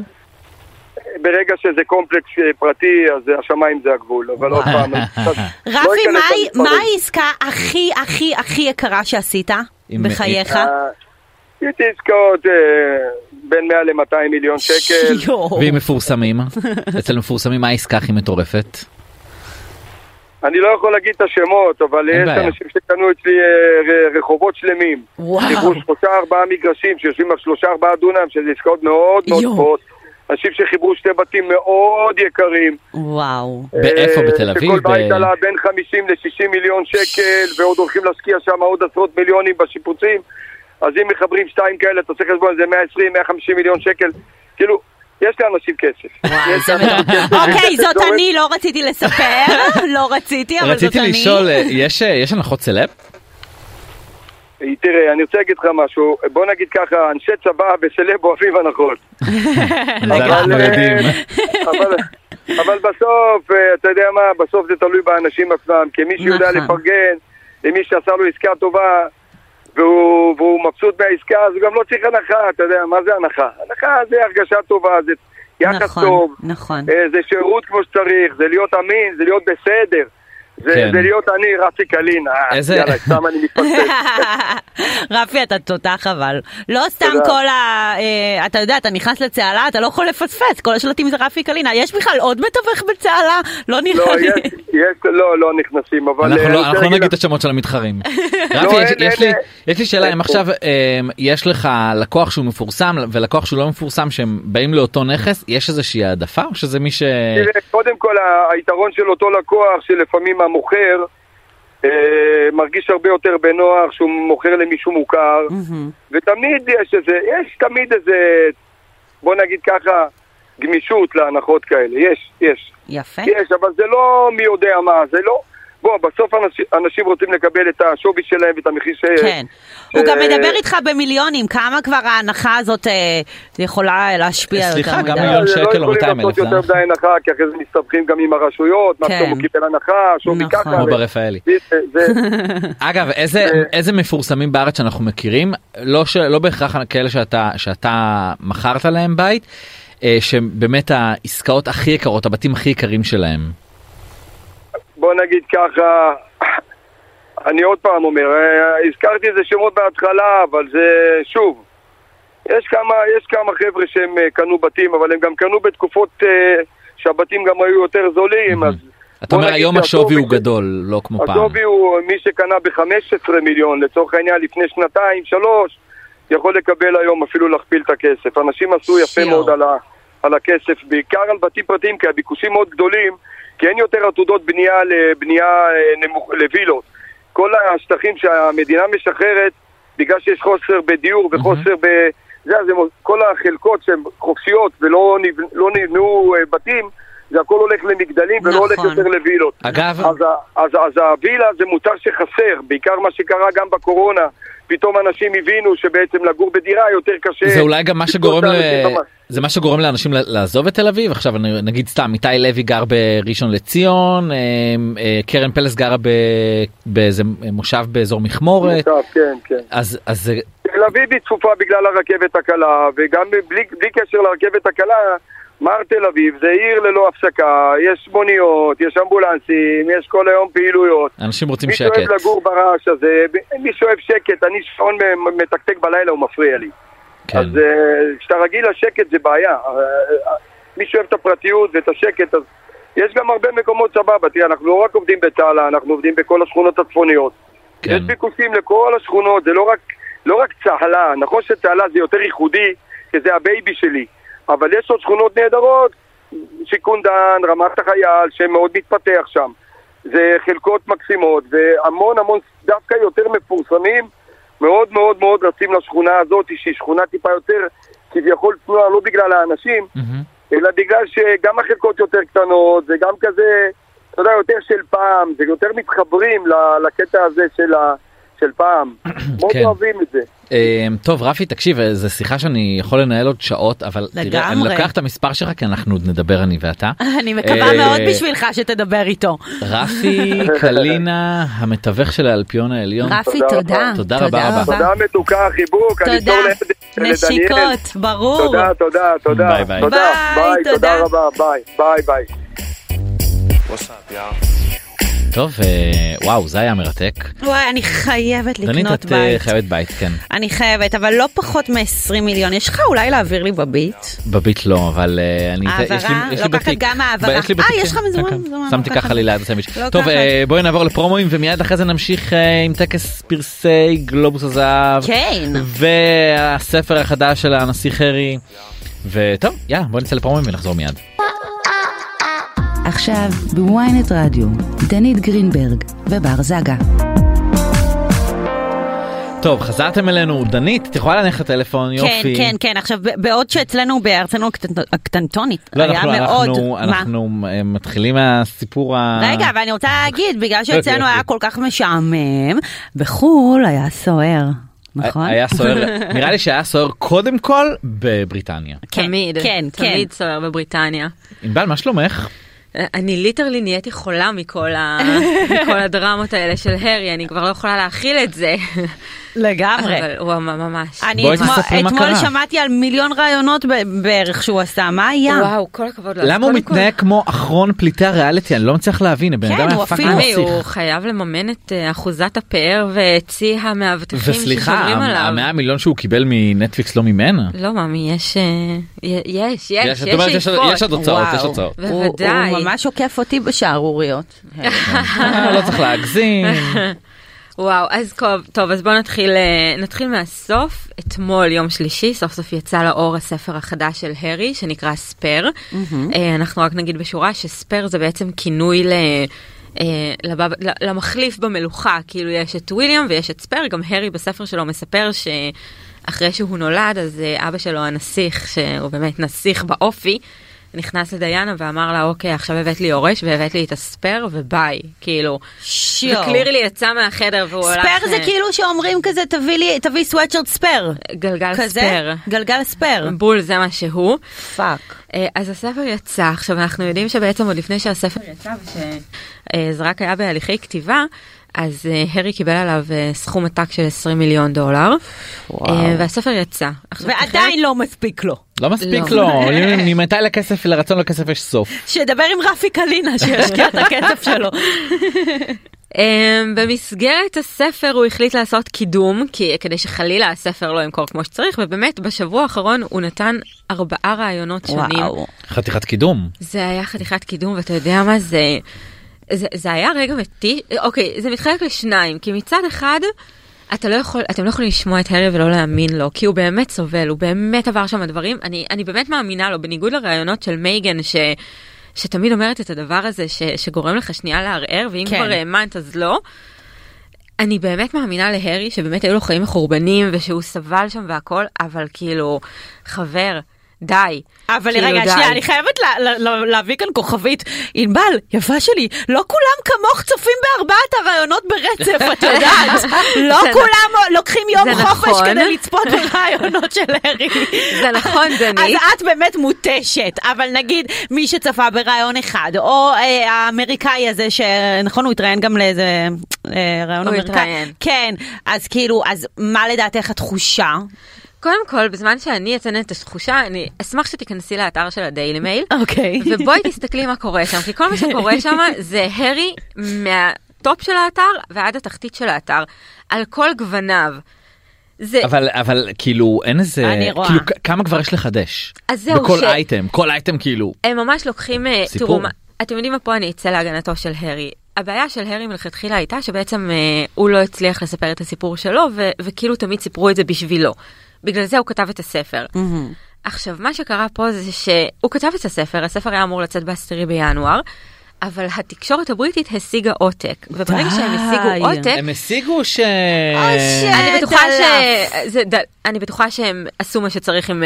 E: ברגע שזה קומפלקס אה, פרטי, אז השמיים זה הגבול, אבל עוד פעם... אני-
B: רפי,
E: לא אכנס
B: מה היא-
E: למספרים.
B: מה העסקה הכי הכי הכי יקרה שעשית
C: עם-
B: בחייך?
E: אה, הייתי עסקאות אה, בין 100 ל-200 מיליון
C: [LAUGHS]
E: שקל.
B: יואו.
C: ואם
B: [LAUGHS]
C: מפורסמים? אצל מפורסמים מה העסקה הכי מטורפת?
E: אה, אני לא יכול להגיד את השמות, אבל
C: אין
E: יש
C: בעיה.
E: אנשים שקנו אצלי אה, ר- רחובות שלמים.
B: וואו.
E: דיברו שלושה ארבעה מגרשים שיושבים על שלושה ארבעה דונם, שזה עסקאות מאוד מאוד
B: יואו.
E: גבוהות. אנשים שחיברו שתי בתים מאוד יקרים. [LAUGHS]
B: וואו.
C: באיפה?
E: אה,
C: בתל אביב?
E: שכל בית
C: ב-
E: עלה בין 50 ל-60 מיליון שקל, ועוד הולכים להשקיע שם עוד עשרות מיליונים בשיפוצים. אז אם מחברים שתיים כאלה, אתה צריך לסבול על זה 120-150 מיליון שקל. כאילו, יש לאנשים כסף. יש
B: זה
E: לאנשים
B: מטורף.
E: כסף.
B: אוקיי, זאת
E: דורש-
B: אני, לא רציתי לספר, [LAUGHS] לא רציתי, אבל זאת
C: רציתי
B: אני.
C: לשאול אה, יש אה, יש הנחות סלב?
E: אה, תראה, אני רוצה להגיד לך משהו. בוא נגיד ככה, אנשי צבא וסלב אוהבים הנחות.
C: זה אנחנו
E: אה,
C: יודעים.
E: [LAUGHS] אבל, אבל בסוף, אה, אתה יודע מה, בסוף זה תלוי באנשים עצמם, כי מי שיודע
B: נכון.
E: לפרגן, למי שעשה לו עסקה טובה, והוא, והוא מבסוט מהעסקה, אז הוא גם לא צריך הנחה, אתה יודע, מה זה הנחה? הנחה זה הרגשה טובה, זה יחס
B: נכון,
E: טוב,
B: נכון.
E: אה, זה שירות כמו שצריך, זה להיות אמין, זה להיות בסדר. זה,
C: כן.
E: זה להיות אני, רפי קלין, אה,
C: איזה-
E: יאללה, סתם אני מתפספס.
B: [LAUGHS] רפי, אתה תותח אבל. לא סתם
E: תודה.
B: כל ה... אה, אתה יודע, אתה נכנס לצהלה, אתה לא יכול לפספס, כל השלטים זה רפי קלינה. יש בכלל עוד מתווך בצהלה? לא
E: לא,
B: נראה לי.
E: יש, יש, לא, לא נכנסים, אבל...
C: אנחנו
E: אה, אני
C: לא
E: רוצה
C: אנחנו לא
E: להגיד
C: נגיד
E: לך-
C: את השמות של
E: [LAUGHS]
C: המתחרים. רפי, יש-
E: אין,
C: יש
E: אין,
C: לי-
E: אה,
C: יש לי שאלה אם עכשיו אה, יש לך לקוח שהוא מפורסם ולקוח שהוא לא מפורסם שהם באים לאותו נכס יש איזושהי העדפה או שזה מי ש...
E: תראה, קודם כל ה- היתרון של אותו לקוח שלפעמים המוכר אה, מרגיש הרבה יותר בנוח שהוא מוכר למישהו מוכר
B: מהמם.
E: ותמיד יש איזה, יש תמיד איזה בוא נגיד ככה, גמישות להנחות כאלה. יש, יש.
B: [LAUGHS] יפה.
E: יש, אבל זה לא מי יודע מה, זה לא... בוא, בסוף אנשים, אנשים רוצים לקבל את השווי שלהם ואת המחיר ש...
B: כן. הוא גם
E: אה,
B: מדבר איתך במיליונים, כמה כבר ההנחה הזאת אה, יכולה להשפיע יותר מדי.
C: סליחה, גם
E: לא,
C: מיליון
E: זה
C: שקל או אה?
E: לא יכולים
C: 200,000,
E: לעשות יותר
C: למה?
E: מדי הנחה, כי אחרי זה מסתבכים גם עם הרשויות, מה
B: כן.
E: פתאום הוא קיבל הנחה, שווי
B: נכון.
E: ככה.
C: כמו
E: ו-
C: ברפאלי.
E: זה- זה-
B: [LAUGHS]
C: אגב, איזה,
E: אה.
C: איזה מפורסמים בארץ שאנחנו מכירים, לא, ש, לא בהכרח כאלה שאתה, שאתה מכרת להם בית, אה, שבאמת העסקאות הכי יקרות, הבתים הכי יקרים שלהם.
E: בוא נגיד ככה, אני עוד פעם אומר, אה, הזכרתי איזה שמות בהתחלה, אבל זה, שוב, יש כמה, יש כמה חבר'ה שהם אה, קנו בתים, אבל הם גם קנו בתקופות אה, שהבתים גם היו יותר זולים, אז...
C: אתה
E: בוא
C: אומר
E: נגיד
C: היום
E: שהשווי
C: השווי הוא
E: של-
C: גדול, לא כמו פעם.
E: השווי הוא מי שקנה ב-15 מיליון, לצורך העניין לפני שנתיים, שלוש, יכול לקבל היום אפילו להכפיל את הכסף. אנשים עשו יפה
B: שיו.
E: מאוד על, ה, על הכסף, בעיקר על בתים פרטיים, כי הביקושים מאוד גדולים, כי אין יותר עתודות בנייה לבנייה אה, נמוך, לווילות. כל השטחים שהמדינה משחררת, בגלל שיש חוסר בדיור וחוסר ב... זה, אז הם, כל החלקות שהן חופשיות ולא נבנ, לא נבנו אה, בתים, זה הכל הולך למגדלים ולא הולך
B: נכון.
E: יותר לווילות.
C: אגב,
E: אז, ה- אז, אז הווילה זה מוצר שחסר, בעיקר מה שקרה גם בקורונה. פתאום אנשים הבינו שבעצם לגור בדירה יותר קשה.
C: זה אולי גם מה
E: לקנות
C: שגורם, ל... אה,
E: לאנשים ממש.
C: זה מה שגורם לאנשים ל- לעזוב את תל אביב. עכשיו אני- נגיד סתם, איתי לוי גר בראשון לציון, אה, אה, קרן פלס גרה ב- באיזה מושב באזור מכמורת,
E: עכשיו, כן, כן.
C: אז, אז זה-
E: תל אביב היא צפופה בגלל הרכבת הקלה, וגם בלי, בלי קשר לרכבת הקלה, מר תל אביב זה עיר ללא הפסקה, יש מוניות, יש אמבולנסים, יש כל היום פעילויות.
C: אנשים רוצים
E: מי
C: שקט.
E: שאוהב לגור ברעש הזה, מי שאוהב שקט, אני שעון מתקתק בלילה, הוא מפריע לי.
C: כן.
E: אז אה, כשאתה רגיל לשקט זה בעיה. אה, אה, מי שאוהב את הפרטיות ואת השקט, אז יש גם הרבה מקומות סבבה. תראה, אנחנו לא רק עובדים בטאלה, אנחנו עובדים בכל השכונות הצפוניות.
C: כן.
E: יש ביקושים לכל השכונות, זה לא רק, לא רק צהלה, נכון שצהלה זה יותר ייחודי, כי זה הבייבי שלי, אבל יש עוד שכונות נהדרות, שיכון דן, רמת החייל, שמאוד מתפתח שם. זה חלקות מקסימות, והמון המון, דווקא יותר מפורסמים, מאוד מאוד מאוד רצים לשכונה הזאת, שהיא שכונה טיפה יותר כביכול צנועה, לא בגלל האנשים,
C: מהמם.
E: אלא בגלל שגם החלקות יותר קטנות, זה גם כזה, אתה יודע, יותר של פעם, זה יותר מתחברים ל- לקטע הזה של, ה, של
C: [CLEARS THROAT]
E: פעם. מאוד
C: כן.
E: אוהבים את זה.
C: אה, טוב רפי תקשיב אה, זו שיחה שאני יכול לנהל עוד שעות אבל תראה, אני
B: לגמרי.
C: לוקח את המספר שלך כי אנחנו עוד נדבר אני ואתה.
B: [LAUGHS] [LAUGHS] אני מקווה
C: אה,
B: מאוד בשבילך שתדבר איתו.
E: [LAUGHS]
C: רפי קלינה המתווך של האלפיון העליון.
D: רפי,
E: תודה רבה.
D: תודה.
C: תודה רבה רבה.
E: תודה מתוקה, חיבוק, אני
B: תודה.
E: אסתור ליד- לדניאל.
B: נשיקות, ברור.
E: תודה, תודה, תודה.
C: ביי, ביי.
E: תודה,
B: ביי,
E: ביי, תודה
B: תודה.
E: רבה, ביי, ביי, ביי.
C: טוב אה, וואו זה היה מרתק.
B: וואי, אני חייבת
C: דנית
B: לקנות
C: את אה,
B: בית.
C: חייבת בית כן.
B: אני חייבת, אבל לא פחות מ-20 מיליון. יש לך אולי להעביר לי בביט?
C: בביט לא אבל אה, אני
B: העברה?
C: יש לי- יש לי
B: לוקחת
C: בתיק.
B: גם העברה.
C: ב- לי
B: אה,
C: בתיק,
B: יש לך
C: כן,
B: מזומן,
C: כן.
B: מזומן,
C: שמתי
B: לוקחת. לא
C: ככה לי ליד הסנדוויץ'.
B: לוקחת.
C: טוב אה, בואי נעבור לפרומואים ומיד אחרי זה נמשיך אה, עם טקס פרסי גלובוס הזהב.
B: כן.
C: והספר החדש של הנסיך הרי. וטוב יאללה בוא נצא לפרומואים ונחזור מיד.
F: עכשיו בוויינט רדיו, דנית גרינברג ובר זגה.
C: טוב חזרתם אלינו דנית את יכולה להניח את הטלפון
B: כן,
C: יופי.
B: כן, כן. עכשיו, ב- בעוד שאצלנו בארצנו הקטנט- הקטנטונית,
C: לא,
B: היה
C: אנחנו,
B: מאוד...
C: אנחנו,
B: מה?
C: אנחנו אה, מתחילים מהסיפור ה...
B: רגע, אבל אני רוצה להגיד, בגלל שאצלנו
C: אוקיי.
B: היה כל כך משעמם, בחו"ל היה סוער, נכון?
C: היה
G: [LAUGHS]
C: סוער, נראה לי שהיה סוער קודם כל בבריטניה.
B: כן,
G: תמיד,
B: כן, כן.
G: תמיד סוער בבריטניה.
C: ענבל, מה שלומך?
G: אני ליטרלי נהייתי חולה מכל,
B: [LAUGHS]
G: ה... מכל הדרמות האלה של הרי, אני כבר לא יכולה להכיל את
B: [LAUGHS]
G: זה.
B: לגמרי.
G: אבל הוא אמר ממש.
B: אני
C: בואי
B: אתמול-
C: תספרי מה
B: אתמול
C: קרה.
B: שמעתי על מיליון רעיונות ב- בערך שהוא עשה, מה היה?
G: וואו, כל הכבוד לו. לא, אז
C: למה הוא
G: קודם כל-
C: מתנהג כמו אחרון פליטי הריאליטי? אני לא מצליח להבין, הבן
B: כן,
C: אדם
B: הוא
C: היה פאקינג
B: אפילו-
G: תשמעי, הוא
C: נסיך.
G: חייב לממן את אה, אחוזת הפאר וצי המאבטחים
C: וסליחה,
G: ששומרים
C: ה-
G: עליו.
C: המאה מיליון שהוא קיבל מנטפליקס לא
G: [LAUGHS]
C: ממנה.
G: לא, ממי, יש, אה, י- יש, יש, יש
C: את אומרת, יש-
G: שאיפות.
C: יש עוד הוצאות,
B: וואו.
C: יש הוצאות.
B: הוא- הוא
G: בוודאי.
B: ממש עוקף אותי
G: [LAUGHS]
B: בשערוריות.
C: אה, לא צריך להגזים.
G: וואו, אז טוב, טוב אז בואו נתחיל, אה, נתחיל מהסוף. אתמול, יום שלישי, סוף סוף יצא לאור הספר החדש של הרי, שנקרא ספייר. אה, אנחנו רק נגיד בשורה שספייר זה בעצם כינוי ל... אה, לבב, ל- למחליף במלוכה, כאילו יש את וויליאם ויש את ספייר, גם הרי בספר שלו מספר ש... אחרי שהוא נולד, אז אה, אבא שלו הנסיך, שהוא באמת נסיך באופי, נכנס לדיינה ואמר לה, אוקיי, עכשיו הבאת לי יורש והבאת לי את הספייר וביי, כאילו.
B: שיו.
G: וקלירלי יצא מהחדר והוא הלך...
B: ספייר כאילו זה
G: אה,
B: כאילו שאומרים כזה, תביא לי, תביא סוואטשרט ספייר.
G: גלגל
B: כזה?
G: ספייר.
B: גלגל ספייר.
G: בול זה מה שהוא.
B: פאק.
G: אה, אז הספר יצא, עכשיו אנחנו יודעים שבעצם עוד לפני שהספר יצא ושזה רק היה בהליכי כתיבה, אז אה, הרי קיבל עליו אה, סכום עתק של 20 מיליון דולר, אה, והספר יצא. עכשיו,
B: ועדיין לא מספיק לו.
C: לא מספיק
G: לא.
C: לו, ממתי לכסף לרצון לכסף יש סוף.
B: שידבר עם רפי קלינה שישקיע את הכסף שלו.
G: אה, במסגרת הספר הוא החליט לעשות קידום, כי, כדי שחלילה הספר לא ימכור כמו שצריך, ובאמת בשבוע האחרון הוא נתן ארבעה רעיונות שונים.
B: וואו.
C: חתיכת קידום.
G: זה היה חתיכת קידום, ואתה יודע מה זה... זה, זה היה רגע מתיש, אוקיי, זה מתחלק לשניים, כי מצד אחד, אתה לא יכול, אתם לא יכולים לשמוע את הארי ולא להאמין לו, כי הוא באמת סובל, הוא באמת עבר שם דברים, אני, אני באמת מאמינה לו, בניגוד לרעיונות של מייגן, ש, שתמיד אומרת את הדבר הזה, ש, שגורם לך שנייה לערער, ואם
B: כן.
G: כן. כבר האמנת אז לא. אני באמת מאמינה להרי שבאמת היו לו חיים מחורבנים, ושהוא סבל שם והכל, אבל כאילו, חבר, די.
B: אבל
G: כאילו,
B: רגע,
G: די.
B: שנייה, אני חייבת לה- לה- לה- להביא כאן כוכבית. ענבל, יפה שלי, לא כולם כמוך צופים בארבעת הרעיונות ברצף,
G: [LAUGHS]
B: את יודעת. לא
G: זה נכון.
B: כולם לוקחים יום
G: זה
B: חופש
G: נכון.
B: כדי לצפות ברעיונות של הרי.
G: זה
B: [LAUGHS]
G: נכון, דנית.
B: אז את באמת מותשת, אבל נגיד מי שצפה ברעיון אחד, או אה, האמריקאי הזה, שנכון, הוא התראיין גם לאיזה אה, רעיון
G: הוא
B: אמריקאי.
G: התראיין.
B: כן, אז כאילו, אז מה לדעתך התחושה?
G: קודם כל, בזמן שאני אצנן את התחושה, אני אשמח שתיכנסי לאתר של הדיילי מייל,
C: אה.
B: [LAUGHS] אוקיי.
G: ובואי תסתכלי מה קורה שם, כי כל מה
C: [LAUGHS]
G: שקורה שם זה הרי מהטופ של האתר ועד התחתית של האתר, על כל גווניו. זה,
C: אבל אבל כאילו אין איזה
B: אני רואה.
C: כאילו כ- כמה כבר יש לחדש
G: אז זהו,
C: בכל
G: ש-
C: אייטם כל אייטם כאילו
G: הם ממש לוקחים, אה,
C: סיפור.
G: תראו, מה- אתם יודעים מה פה אני אצא להגנתו של הרי. הבעיה של הרי מלכתחילה הייתה שבעצם אה, הוא לא הצליח לספר את הסיפור שלו, ו- וכאילו תמיד סיפרו את זה בשבילו. בגלל זה הוא כתב את הספר. עכשיו, מה שקרה פה זה שהוא כתב את הספר, הספר היה אמור לצאת ב-10 בינואר, אבל התקשורת הבריטית השיגה עותק, וברגע שהם
B: די.
G: השיגו עותק,
C: הם השיגו ש...
G: אני בטוחה, אה? ש...
B: דלף.
G: זה ד... אני בטוחה שהם עשו מה שצריך עם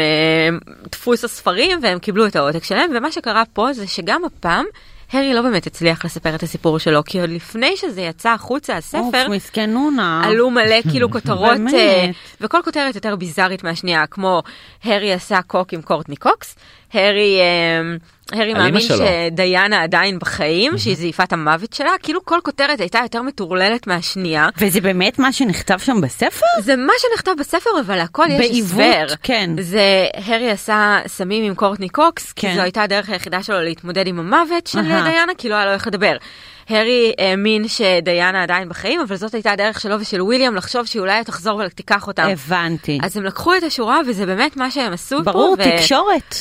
G: uh, דפוס הספרים והם קיבלו את העותק שלהם ומה שקרה פה זה שגם הפעם הרי לא באמת הצליח לספר את הסיפור שלו כי עוד לפני שזה יצא החוצה הספר
B: אוף, מסכן נונה.
G: עלו מלא
C: Hmm.
G: כאילו כותרות
B: באמת.
G: אה, וכל כותרת יותר ביזארית מהשנייה כמו הרי עשה קוק עם קורטני קוקס, הרי אה, הרי
C: על אמא
G: מאמין
C: שלו. Mm-hmm.
G: שדיינה עדיין בחיים שהיא זייפה את המוות שלה כאילו כל כותרת הייתה יותר מטורללת מהשנייה.
B: וזה באמת מה שנכתב שם בספר?
G: זה מה שנכתב בספר, אבל הכל יש
B: בעיוות,
G: הסבר.
B: כן.
G: זה הרי עשה סמים עם קורטני קוקס,
B: כן.
G: כי זו הייתה הדרך היחידה שלו להתמודד עם המוות של
B: אהה.
G: דיינה, כי לא היה לו איך לדבר. הרי האמין שדיינה עדיין בחיים, אבל זאת הייתה הדרך שלו ושל וויליאם לחשוב שהיא אולי תחזור ותיקח אותם.
B: הבנתי.
G: אז הם לקחו את השורה, וזה באמת מה שהם עשו פה.
B: ברור,
G: ו-
B: תקשורת.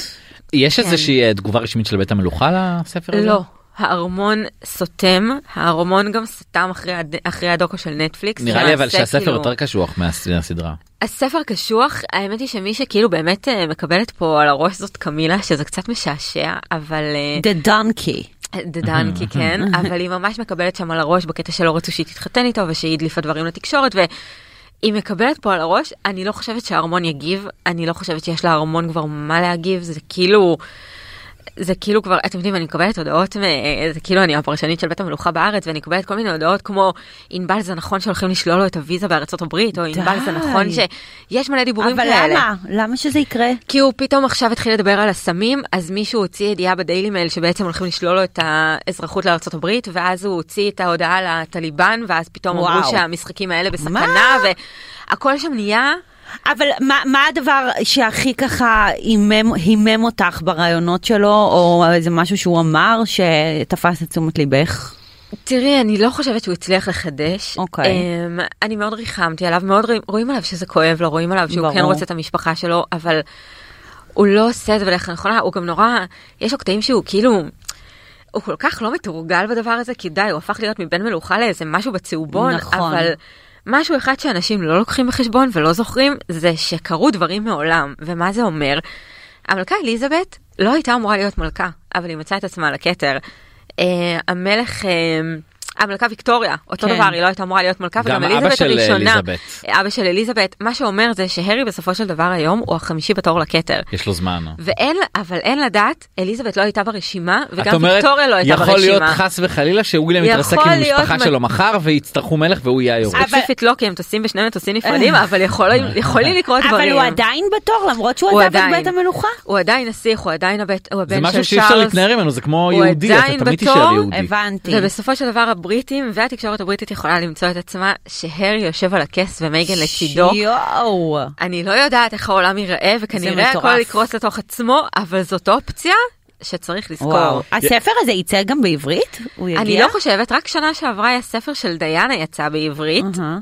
C: יש איזושהי אה, תגובה רשמית של בית המלוכה לספר הזה?
G: כן. לא. הארמון סותם, הארמון גם סתם אחרי, הד... אחרי הדוקו של נטפליקס.
C: נראה לי אבל
G: למעשה,
C: שהספר
G: כאילו-
C: יותר קשוח מהס- מהסדרה.
G: הספר קשוח, האמת היא שמי שכאילו באמת אה, מקבלת פה על הראש זאת קמילה, שזה קצת משעשע, אבל... אה,
B: The donkey.
G: דדנקי
B: Mm-hmm.
G: כן, אבל היא ממש מקבלת שם על הראש בקטע שלא רצו שהיא תתחתן איתו ושהיא הדליפה דברים לתקשורת והיא מקבלת פה על הראש, אני לא חושבת שהארמון יגיב, אני לא חושבת שיש לארמון כבר מה להגיב, זה כאילו... זה כאילו כבר, אתם יודעים, אני מקבלת הודעות, מ- זה כאילו אני הפרשנית של בית המלוכה בארץ, ואני מקבלת כל מיני הודעות כמו, ענבל זה נכון שהולכים לשלול לו את הוויזה בארצות הברית, או ענבל זה נכון
B: די.
G: שיש מלא דיבורים
B: אבל
G: כאלה.
B: למה? למה שזה יקרה?
G: כי הוא פתאום עכשיו התחיל לדבר על הסמים, אז מישהו הוציא ידיעה בדיילי מייל שבעצם הולכים לשלול לו את האזרחות לארה"ב, ואז הוא הוציא את ההודעה לטליבן, ואז פתאום וואו.
B: וואו.
G: אמרו שהמשחקים האלה בסכנה, והכל שם נהיה...
B: אבל מה, מה הדבר שהכי ככה הימם, הימם אותך ברעיונות שלו, או איזה משהו שהוא אמר שתפס את תשומת ליבך?
G: תראי, אני לא חושבת שהוא הצליח לחדש.
B: אוקיי.
G: אמ, אני מאוד ריחמתי עליו, מאוד רואים, רואים עליו שזה כואב לו, רואים עליו שהוא
B: ברור.
G: כן רוצה את המשפחה שלו, אבל הוא לא עושה את זה בדרך הנכונה, הוא גם נורא, יש לו קטעים שהוא כאילו... הוא כל כך לא מתורגל בדבר הזה, כי די, הוא הפך להיות מבן מלוכה לאיזה משהו בצהובון,
B: נכון.
G: אבל משהו אחד שאנשים לא לוקחים בחשבון ולא זוכרים, זה שקרו דברים מעולם, ומה זה אומר? המלכה אליזבת לא הייתה אמורה להיות מלכה, אבל היא מצאה את עצמה על הכתר. אה, המלך, אה, המלכה ויקטוריה, אותו
B: כן.
G: דבר, היא לא הייתה אמורה להיות מלכה,
C: גם
G: וגם
C: אבא
G: אליזבת
C: של אה,
G: הראשונה,
C: אליזבת.
G: אבא של אליזבת, מה שאומר זה שהרי בסופו של דבר היום הוא החמישי בתור לכתר.
C: יש לו זמן.
G: ואין, אבל אין לדעת, אליזבת לא הייתה ברשימה,
C: את
G: וגם
C: אומרת,
G: ויקטוריה לא הייתה ברשימה.
C: יכול להיות חס וחלילה שוויליאם
G: יכול
C: יתרסק עם
G: להיות
C: המשפחה
G: מ-
C: שלו מחר ויצטרכו מלך והוא יהיה היורש.
G: ספציפית לא, כי הם טסים בשני מטוסים נפרדים,
C: אה.
G: אבל יכולים יכולים לקרות דברים.
B: אבל הוא עדיין בתור למרות שהוא
G: הוא
B: עזב את
G: עדיין.
B: בית המלוכה.
G: הוא עדיין נסיך, הוא עדיין הבית- הוא הבן
C: זה
G: של
C: משהו
G: צ'ארלס.
C: שאי אפשר להתנער ממנו, זה כמו
G: הוא
C: יהודי, אתה
G: עדיין
C: תמיד
G: בתור,
C: תישאר יהודי.
B: הבנתי.
G: ובסופו של דבר הבריטים והתקשורת הבריטית יכולה למצוא את עצמה שהרי יושב על הכס ומייגן לצידו.
B: יואו.
G: אני לא יודעת איך העולם ייראה וכנראה
B: מטורף.
G: הכל יקרוס לתוך עצמו, אבל זאת אופציה שצריך לזכור.
B: וואו. הספר הזה יצא גם בעברית? הוא יגיע?
G: אני לא חושבת, רק שנה שעברה היה ספר של דיאנה יצא בעברית.
B: אהה.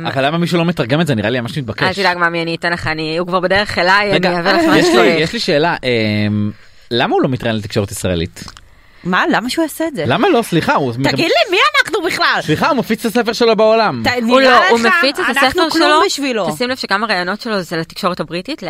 G: אמ,
C: אבל למה מישהו לא מתרגם את זה? נראה לי ממש
G: אל
C: מתבקש.
G: תדאג מאמי, אני אתן לך, אני- הוא כבר בדרך אליי, אני
C: רגע,
G: אעביר לך מה
C: יש לי-
G: שצריך.
C: יש לי שאלה, אמ, למה הוא לא מתראיין לתקשורת ישראלית?
B: מה? למה שהוא יעשה את זה?
C: למה לא? סליחה, הוא...
B: תגיד לי, מי אנחנו בכלל?
C: סליחה, הוא מפיץ את הספר שלו בעולם.
B: אתה-
G: הוא
B: נראה
G: לא, הוא
B: לך?
G: מפיץ את הספר שלו,
B: אנחנו כלום בשבילו.
G: תשים לב שכמה ראיונות שלו זה לתקשורת הבריטית, ל-ITV,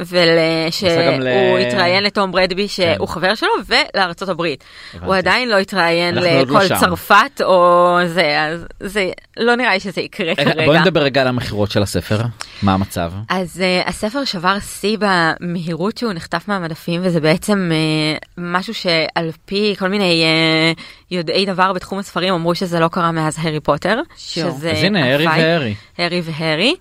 C: עושה גם ל- כן.
G: ושהוא התראיין לתום ברדבי שהוא חבר שלו, ולארצות הברית. הוא עדיין לא התראיין
C: אנחנו עוד לא
G: לכל
C: שם.
G: צרפת, או זה, אז זה, לא נראה לי שזה יקרה
C: רגע, אה, בוא
G: כרגע.
C: נדבר רגע על המכירות של הספר, מה המצב?
G: אז uh, הספר שבר שיא במהירות שהוא נחטף מהמדפים וזה בעצם uh, משהו שעל פי כל מיני uh, יודעי דבר בתחום הספרים אמרו שזה לא קרה מאז הרי פוטר.
B: שיו.
G: שזה
C: אז הנה, הארי
G: הפייט.
C: והארי.
G: הארי והארי.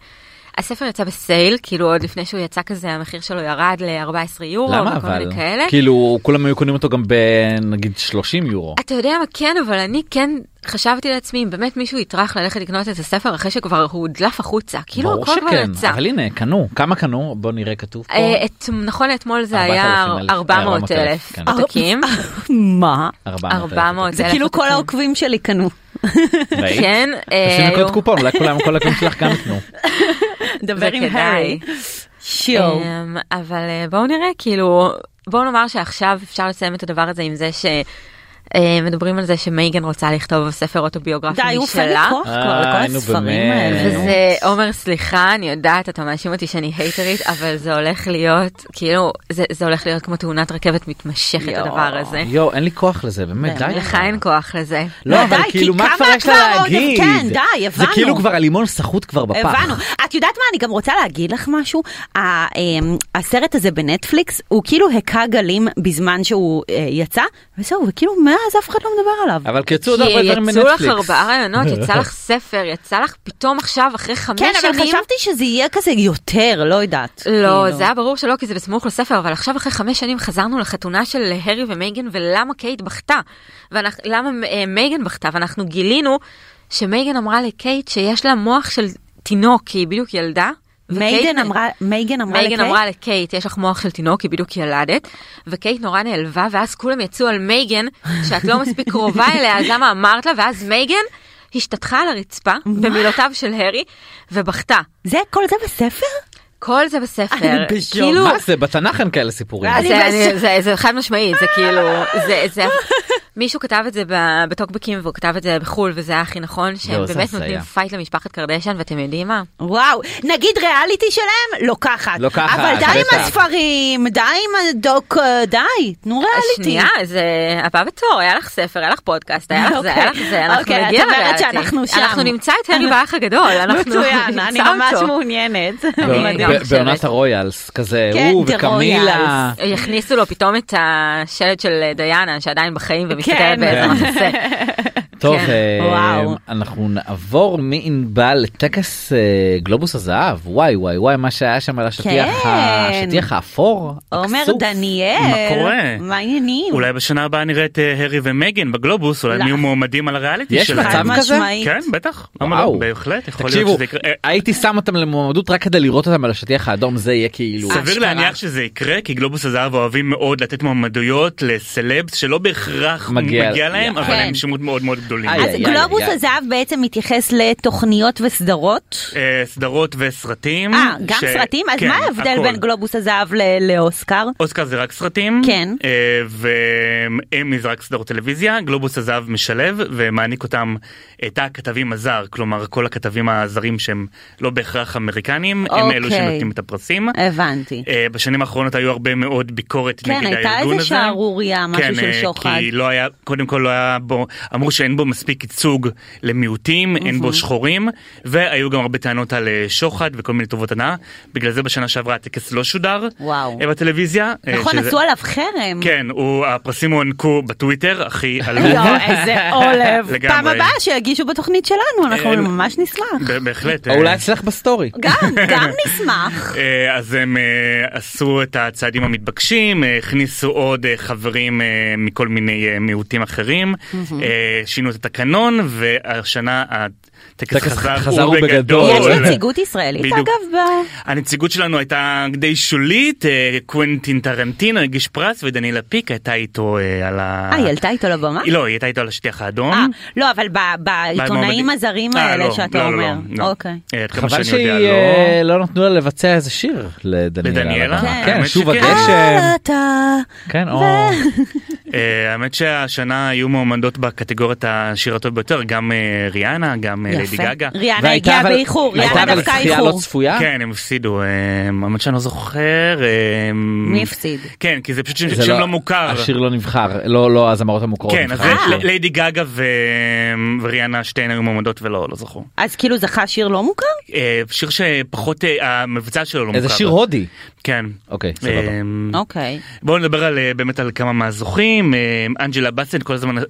G: הספר יצא בסייל, כאילו עוד לפני שהוא יצא כזה המחיר שלו ירד ל-14 יורו,
C: למה
G: וכל
C: אבל?
G: מיני כאלה.
C: כאילו, כולם היו קונים אותו גם בנגיד 30 יורו.
G: אתה יודע מה כן, אבל אני כן חשבתי לעצמי אם באמת מישהו יטרח ללכת לקנות את הספר אחרי שכבר הוא הודלף החוצה, כאילו
C: ברור
G: הכל כבר
C: שכן,
G: יצא.
C: אבל הנה, קנו. כמה קנו? בוא נראה, כתוב פה.
G: אה, את, נכון לאתמול זה היה
C: 400,000,
G: 400 אלף
C: כן.
B: [LAUGHS]
G: עותקים, [LAUGHS]
B: מה?
C: 400,000.
G: 400
B: זה כאילו כל העוקבים שלי קנו.
C: [LAUGHS] ראית?
G: כן, אה,
C: תשים אוקיי. לי
G: היו-
C: קוד קופון, אולי כולם, כל הקווים שלך גם
G: [LAUGHS]
C: יקנו.
B: דבר
G: זה
B: עם
G: כדאי.
B: הארי. שיו.
G: אמ, אבל אה, בואו נראה, כאילו, בואו נאמר שעכשיו אפשר לסיים את הדבר הזה עם זה ש... אה, מדברים על זה שמייגן רוצה לכתוב ספר אוטוביוגרפי
B: די, הוא לא? עושה לי
G: משלה.
B: כוח כבר
C: אה,
B: לכל
C: נו,
B: הספרים
C: באמת.
B: האלה. נו.
G: וזה
C: אה,
G: עומר סליחה אני יודעת אתה מאשים אותי שאני הייטרית אבל זה הולך להיות כאילו זה, זה הולך להיות כמו תאונת רכבת מתמשכת
B: יואו.
G: הדבר הזה.
C: יואו, אין לי כוח לזה, באמת, די.
G: לך אין כוח אה, לזה.
C: לא,
B: לא,
C: אבל
B: די,
C: כאילו,
B: כי
C: מה
B: כמה
C: כבר יש
B: כבר
C: לה
B: עוד-
C: להגיד?
B: כן, די,
C: זה
B: הבנו.
C: כאילו כבר הלימון סחוט כבר בפח.
B: הבנו. את יודעת מה, אני גם רוצה להגיד לך משהו. ה- אמ, הסרט הזה בנטפליקס, הוא כאילו הכה גלים בזמן שהוא אה, יצא, וזהו, וכאילו מאז אף אחד לא מדבר עליו.
C: אבל כי יצאו עוד
G: כי
C: הרבה דברים
G: יצאו לך
C: בנטפליקס. [LAUGHS]
G: ארבעה
B: [LAUGHS]
G: רעיונות, יצא לך ספר, יצא לך פתאום עכשיו אחרי חמש
B: כן,
G: שנים.
B: אבל חשבתי שזה יהיה כזה יותר, לא יודעת.
G: לא,
B: כאילו.
G: זה היה ברור שלא, כי זה בסמוך לספר, אבל עכשיו אחרי חמש שנים חזרנו לחתונה של הרי ומייגן, ולמה קייט בכתה? ולמה מייגן בכתה? ואנחנו גילינו שמייגן אמרה לקייט שיש לה מוח של תינוק, כי היא בדיוק ילדה.
B: מייגן
G: וקייט-
B: אמרה, מייגן אמרה
G: מייגן
B: לקייט?
G: אמרה לקייט, יש לך מוח של תינוק, היא בדיוק ילדת, וקייט נורא נעלבה, ואז כולם יצאו על מייגן, שאת לא מספיק קרובה אליה, אז למה אמרת לה? ואז מייגן השתטחה על הרצפה, במילותיו של הרי, ובכתה.
B: זה, כל זה בספר?
G: כל זה בספר.
B: אני בשוק.
G: כאילו,
C: מה זה, בתנ"ך אין כאלה סיפורים. אה,
B: אני
G: זה-
B: בשוק.
G: אני- זה- זה חד משמעית, זה כאילו, זה, זה, מישהו כתב את זה ב- בטוקבקים והוא כתב את זה בחול וזה היה הכי נכון, שהם
C: לא, זה
G: באמת
C: הזיה.
G: נותנים פייט למשפחת קרדשן ואתם יודעים מה?
B: וואו, נגיד ריאליטי שלהם? לוקחת.
H: לא
C: לוקחת,
B: אבל די עם
C: בטח.
B: הספרים, די עם הדוק, אה, די, תנו ריאליטי.
G: שנייה, זה הבא בתור, היה לך ספר, היה לך פודקאסט, היה לך זה, היה לך זה, אנחנו
B: אוקיי,
G: נגיע
B: את אומרת
G: לריאליטי.
B: שאנחנו שם.
G: אנחנו נמצא את הרי באח הגדול, אנחנו
B: [LAUGHS] מצוין, אני
G: [LAUGHS] נמצא
B: ממש
G: אותו.
B: מעוניינת.
H: לא.
C: ב-
G: אני
C: ב-
G: גם חושבת.
C: בעונת הרויאלס, כזה,
B: כן,
C: הוא
B: The
C: וקמילה.
G: יכניסו לו פתאום את השלט של דיאנה שעדיין בחיים
B: כן.
G: ומסתכלת באיזה
C: כן.
G: מחסה.
C: טוב,
G: כן.
C: אה,
B: וואו.
C: אנחנו נעבור מענבל לטקס אה, גלובוס הזהב. וואי וואי וואי, מה שהיה שם על השטיח
B: כן.
C: ה- השטיח האפור.
B: עומר
C: הכסוף.
B: דניאל,
H: מה קורה?
B: מה העניינים?
H: אולי בשנה הבאה נראה את אה, הרי ומגן בגלובוס, אולי
B: לא.
H: הם יהיו מועמדים על הריאליטי
C: יש
H: שלהם.
C: מצב כזה?
B: משמעית.
H: כן, בטח. למה
C: וואו.
H: לא? בהחלט, יכול להיות
C: תקשיבו,
H: שזה יקרה. אה,
C: הייתי שם אותם למועמדות רק כדי לראות אותם על השטיח האדום, זה יהיה כאילו...
H: סביר להניח שזה יקרה, כי גלובוס הזהב אוהבים מאוד לתת מועמדויות לסלבס שלא בהכרח
C: מגיע-
H: מגיע להם, אבל
B: כן.
H: הם שמות מאוד מאוד גדולים.
C: איי,
B: אז
C: איי, איי,
B: גלובוס
C: איי.
B: הזהב בעצם מתייחס לתוכניות וסדרות.
H: אה, סדרות וסרטים.
B: אה, גם
H: אמ, ש-
B: סרטים? אז
H: כן,
B: מה ההבדל
H: הכל.
B: בין גלובוס הזהב ל- לאוסקר?
H: אוסקר זה רק סרטים,
B: כן.
H: אה, ואמי זה רק סדרות טלוויזיה, גלובוס הזהב משלב ומעניק אותם את הכתבים הזר, כלומר כל הכתבים הזרים שהם לא בהכרח אמריקנים, הם
B: אוקיי.
H: אלו שנותנים את הפרסים.
B: הבנתי.
H: אה, בשנים האחרונות היו הרבה מאוד ביקורת
B: כן,
H: נגד הארגון
B: הייתה
H: הזה.
B: איזה שערורייה, משהו
H: כן,
B: של
H: אה,
B: שוחד.
H: כי לא היה, קודם כל לא היה בו, אמרו שאין בו מספיק ייצוג למיעוטים, אין בו שחורים, והיו גם הרבה טענות על אה, שוחד וכל מיני טובות הנאה. בגלל זה בשנה שעברה הטקס לא שודר
B: וואו.
H: אה, בטלוויזיה. אה,
B: נכון,
H: שזה-
B: עשו עליו חרם.
H: כן, הוא- הפרסים הוענקו בטוויטר, הכי עלוב.
B: לא, איזה עולב.
H: [LAUGHS] לגמרי.
B: פעם הבאה שיגישו בתוכנית שלנו, אנחנו
H: אה,
B: ממש נשמח.
H: ב- בהחלט.
C: או
H: אה,
C: אולי אצלך בסטורי.
B: גם, גם
H: [LAUGHS]
B: נשמח.
H: אה, אז הם אה, עשו את הצעדים המתבקשים, אה, הכניסו עוד אה, חברים אה, מכל מיני אה, מיעוטים אחרים, אה, שינו את התקנון, והשנה הטקס
C: טקס
H: חזר
C: חזר
H: הוא
C: ובגדול.
B: יש
C: עולה.
B: נציגות ישראלית,
H: אוקיי. בדיוק. אה.
B: אגב, ב-
H: הנציגות שלנו הייתה די שולית, אה, קוונטין טרנטינו הגיש פרס ודניאלה פיק הייתה איתו אה, על ה...
B: אה, היא עלתה איתו לבמה?
H: היא לא, היא הייתה איתו על השטיח
B: אה,
H: האדום.
B: לא, אבל ב- בעיתונאים
H: במועמדים.
B: הזרים
H: אה,
B: האלה
H: לא,
B: שאתה
H: לא, לא,
B: אומר.
H: לא, לא.
B: אוקיי.
H: אה, עד כמה
C: חבל
H: שאני יודע,
C: שהיא
H: לא.
C: אה, לא נתנו לה לבצע איזה שיר לדניאלה.
H: לדניאלה?
C: לבמה.
H: כן.
C: כן,
H: האמת
C: שוב
H: שכן.
C: הגשם.
B: אה, אתה-
C: כן, או...
B: [LAUGHS]
H: אה, האמת שהשנה היו מועמדות בקטגוריית השיר הטוב ביותר, גם אה, ריאנה, גם אה, ליידי
B: יפה.
H: גגה.
B: ריאנה
C: והייתה
B: הגיעה
C: אבל-
B: באיחור, ריאנה
C: הייתה אבל
B: דווקא
C: זכייה לא
B: איחור.
C: צפויה?
H: כן, הם הפסידו, אה, האמת שאני לא זוכר. אה,
B: מי הפסיד?
H: כן, כי זה פשוט שם
C: זה
H: שם לא מוכר.
C: השיר לא נבחר, לא, לא הזמרות המוכרות אה.
H: כן, אז
C: נבחר.
H: ל-
B: אה.
H: ליידי גגה ו- וריאנה שתיהן היו מועמדות ולא, לא זכו.
B: אז כאילו זכה שיר לא מוכר?
H: אה, שיר שפחות, אה, המבצע שלו לא מוכר.
C: איזה שיר הודי.
H: כן.
C: אוקיי, סבבה.
H: אה,
B: אוקיי.
H: בואו נדבר על אה, באמת על כמה מהזוכים אה, אנג'לה בסט כל הזמן אה,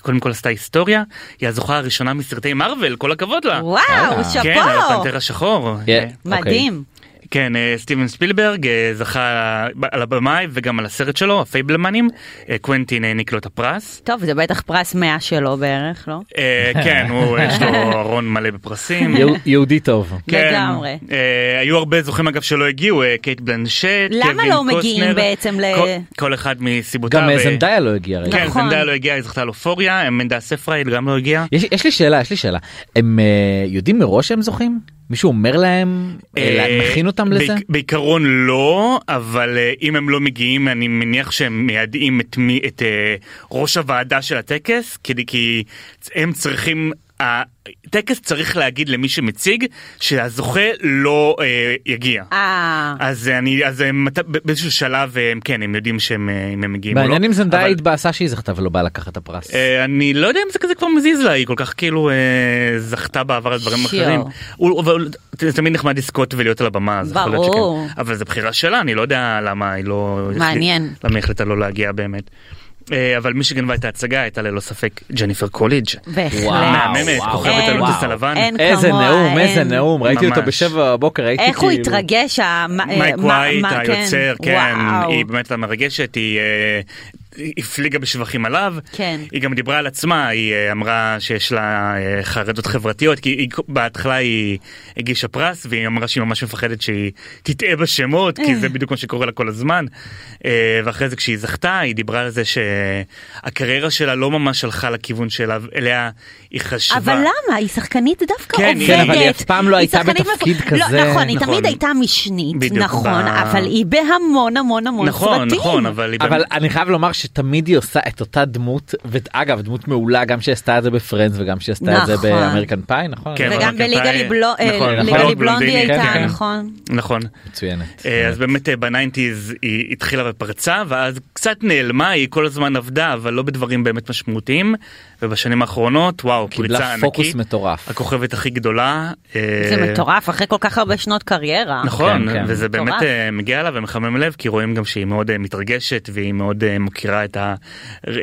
H: קודם כל עשתה היסטוריה היא הזוכה הראשונה מסרטי מארוול כל הכבוד לה.
B: וואו,
H: אה. כן, על
B: שאפו.
H: הפנתר השחור.
C: יא.
H: אה,
B: מדהים.
H: כן, אה, סטיבן ספילברג אה, זכה על הבמאי וגם על הסרט שלו, הפייבלמנים. אה, קוונטין העניק לו את הפרס.
B: טוב, זה בטח פרס 100 שלו בערך, לא?
H: אה, כן, הוא, יש לו ארון מלא בפרסים.
C: יהו- יהודי טוב.
H: כן.
B: לגמרי.
H: אה, היו הרבה זוכים אגב שלא הגיעו, אה, קייט בלנשט,
B: למה
H: קווין
B: לא מגיעים
H: קוסטנר,
B: בעצם ל-
H: כל- כל אחד מסיבותיו.
C: גם
H: אה,
C: אה, זנדאיה לא הגיע רגע.
H: כן,
B: נכון.
H: זנדאי לא הגיעה, היא זכתה על אופוריה, מנדה ספרייד גם לא הגיעה.
C: יש, יש לי שאלה, יש לי שאלה. הם אה, יודעים מראש שהם זוכים? מישהו אומר להם? אה, לה- מכין אותם לזה?
H: בעיק- בעיקרון לא, אבל אה, אם הם לא מגיעים, אני מניח שהם מיידעים את מי, את אה, ראש הוועדה של הטקס, כדי כי הם צריכים... הטקס צריך להגיד למי שמציג שהזוכה לא אה, יגיע.
B: אה,
H: אז אני, אז הם מת- באיזשהו שלב, אה, הם כן, הם יודעים שהם אה, אם הם מגיעים או לא.
C: מעניין אם זנדאיה
H: אבל-
C: התבאסה שהיא זכתה ולא באה לקחת את הפרס.
H: אה, אני לא יודע אם זה כזה כבר מזיז לה, היא כל כך כאילו אה, זכתה בעבר על דברים
B: שיו.
H: אחרים. הוא- אבל זה תמיד נחמד לזכות ולהיות על הבמה, אז יכול להיות
B: ברור.
H: שכן. אבל זו בחירה שלה, אני לא יודע למה היא לא...
B: מעניין.
H: למה היא החליטה לא להגיע באמת. אה, אבל מי שגנבה את ההצגה הייתה ללא ספק ג'ניפר קוליג'.
B: בהחלט.
C: וואו,
H: מהממת,
C: וואו,
H: כוכבת
B: אין-
H: הלוטוס הלבן.
B: אין
C: איזה
B: כמוה,
C: נאום, איזה
B: אין.
C: נאום, ראיתי אותו
H: ממש.
C: בשבע בבוקר, הייתי
B: איך
C: כאילו...
B: הוא התרגש, ה- מה- אה,
H: מייק
B: מה-
H: ווייט
B: מה- כן.
H: היוצר, כן,
B: וואו.
H: היא באמת הייתה מרגשת, היא... אה, היא הפליגה בשבחים עליו,
B: כן.
H: היא גם דיברה על עצמה, היא אה, אמרה שיש לה אה, חרדות חברתיות, כי היא, בהתחלה היא הגישה פרס והיא אמרה שהיא ממש מפחדת שהיא תטעה בשמות, כי
B: אה.
H: זה בדיוק מה שקורה לה כל הזמן. אה, ואחרי זה כשהיא זכתה, היא דיברה על זה שהקריירה שלה לא ממש הלכה לכיוון שלה, אליה היא חשבה.
B: אבל למה? היא שחקנית דווקא
H: כן,
B: עובדת.
H: היא- כן, אבל
C: היא אף פעם לא הייתה
B: שחקנית
C: בתפקיד
B: מפ-
C: כזה.
B: לא, נכון, היא
H: נכון.
B: תמיד הייתה משנית,
H: בדיוק,
B: נכון,
H: ב-
B: אבל היא בהמון המון המון
H: נכון,
B: סרטים.
H: נכון, אבל היא
C: אבל
H: באמת-
C: אני חייב לומר שתמיד היא עושה את אותה דמות, ואגב, דמות מעולה, גם שעשתה את זה בפרנדס וגם שעשתה את זה
B: נכון.
C: באמריקן פאי, נכון?
H: כן,
B: וגם
H: אבל
B: בליגה
H: הקנטאי-
B: לבלו- אה,
H: נכון,
B: ליגה
H: נכון,
B: לבלונדי
H: בלונדיני,
B: הייתה,
H: כן.
B: נכון.
H: נכון.
C: מצוינת.
H: אה, אז באמת אה, בניינטיז היא התחילה ופרצה ואז קצת נעלמה היא כל הזמן עבדה אבל לא בדברים באמת משמעותיים ובשנים האחרונות וואו פריצה
C: קיבלה פוקוס
H: ענקית
C: מטורף.
H: הכוכבת הכי גדולה אה,
B: זה מטורף, אחרי כל כך הרבה שנות קריירה.
H: נכון
C: כן, כן.
H: וזה באמת
B: מטורף.
H: אה, מגיע לה ומחמם לב כי רואים גם שהיא מאוד אה, מתרגשת והיא מאוד אה, מוקירה את ה-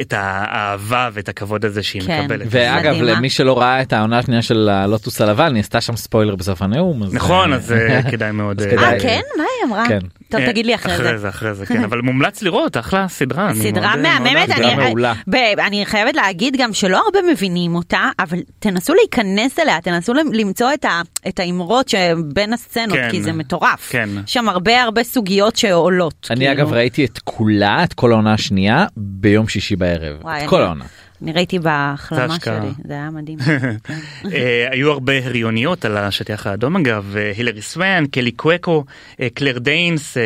H: את האהבה ואת הכבוד הזה שהיא
B: כן.
H: מקבלת.
C: ואגב,
B: מדהימה.
C: למי שלא ראה את העונה השנייה של הלוטוס הלבן, היא עשתה שם ספוילר בסוף הנאום. אז-
H: נכון אז אה,
C: [LAUGHS]
H: כדאי מאוד.
C: אז
H: אה,
C: כדאי.
B: אה, כן? מה היא אמרה?
C: כן.
B: טוב,
H: אה,
B: תגיד לי אחרי זה.
H: אחרי זה, אחרי זה, כן,
B: [LAUGHS]
H: אבל מומלץ לראות, אחלה סדרה. אני
B: סדרה
H: מאוד, אה, מאוד
B: מהממת,
H: אהבתי.
C: סדרה
B: אני,
C: מעולה.
B: ב- אני חייבת להגיד גם שלא הרבה מבינים אותה, אבל תנסו להיכנס אליה, תנסו למ- למצוא את, ה, את האמרות שבין הסצנות,
H: כן.
B: כי זה מטורף.
H: כן.
B: יש שם הרבה הרבה סוגיות שעולות.
C: אני
B: כאילו.
C: אגב ראיתי את כולה, את כל העונה השנייה, ביום שישי בערב.
B: וואי,
C: את
B: אני- לא-
C: כל העונה.
B: אני ראיתי
H: זה
B: בהחלמה
H: השקעה.
B: שלי, זה היה
H: [LAUGHS]
B: מדהים. [LAUGHS]
H: אה, היו הרבה הריוניות על השטיח האדום אגב, אה, הילרי סואן, קלי קווקו, אה, קלר דיינס, אה,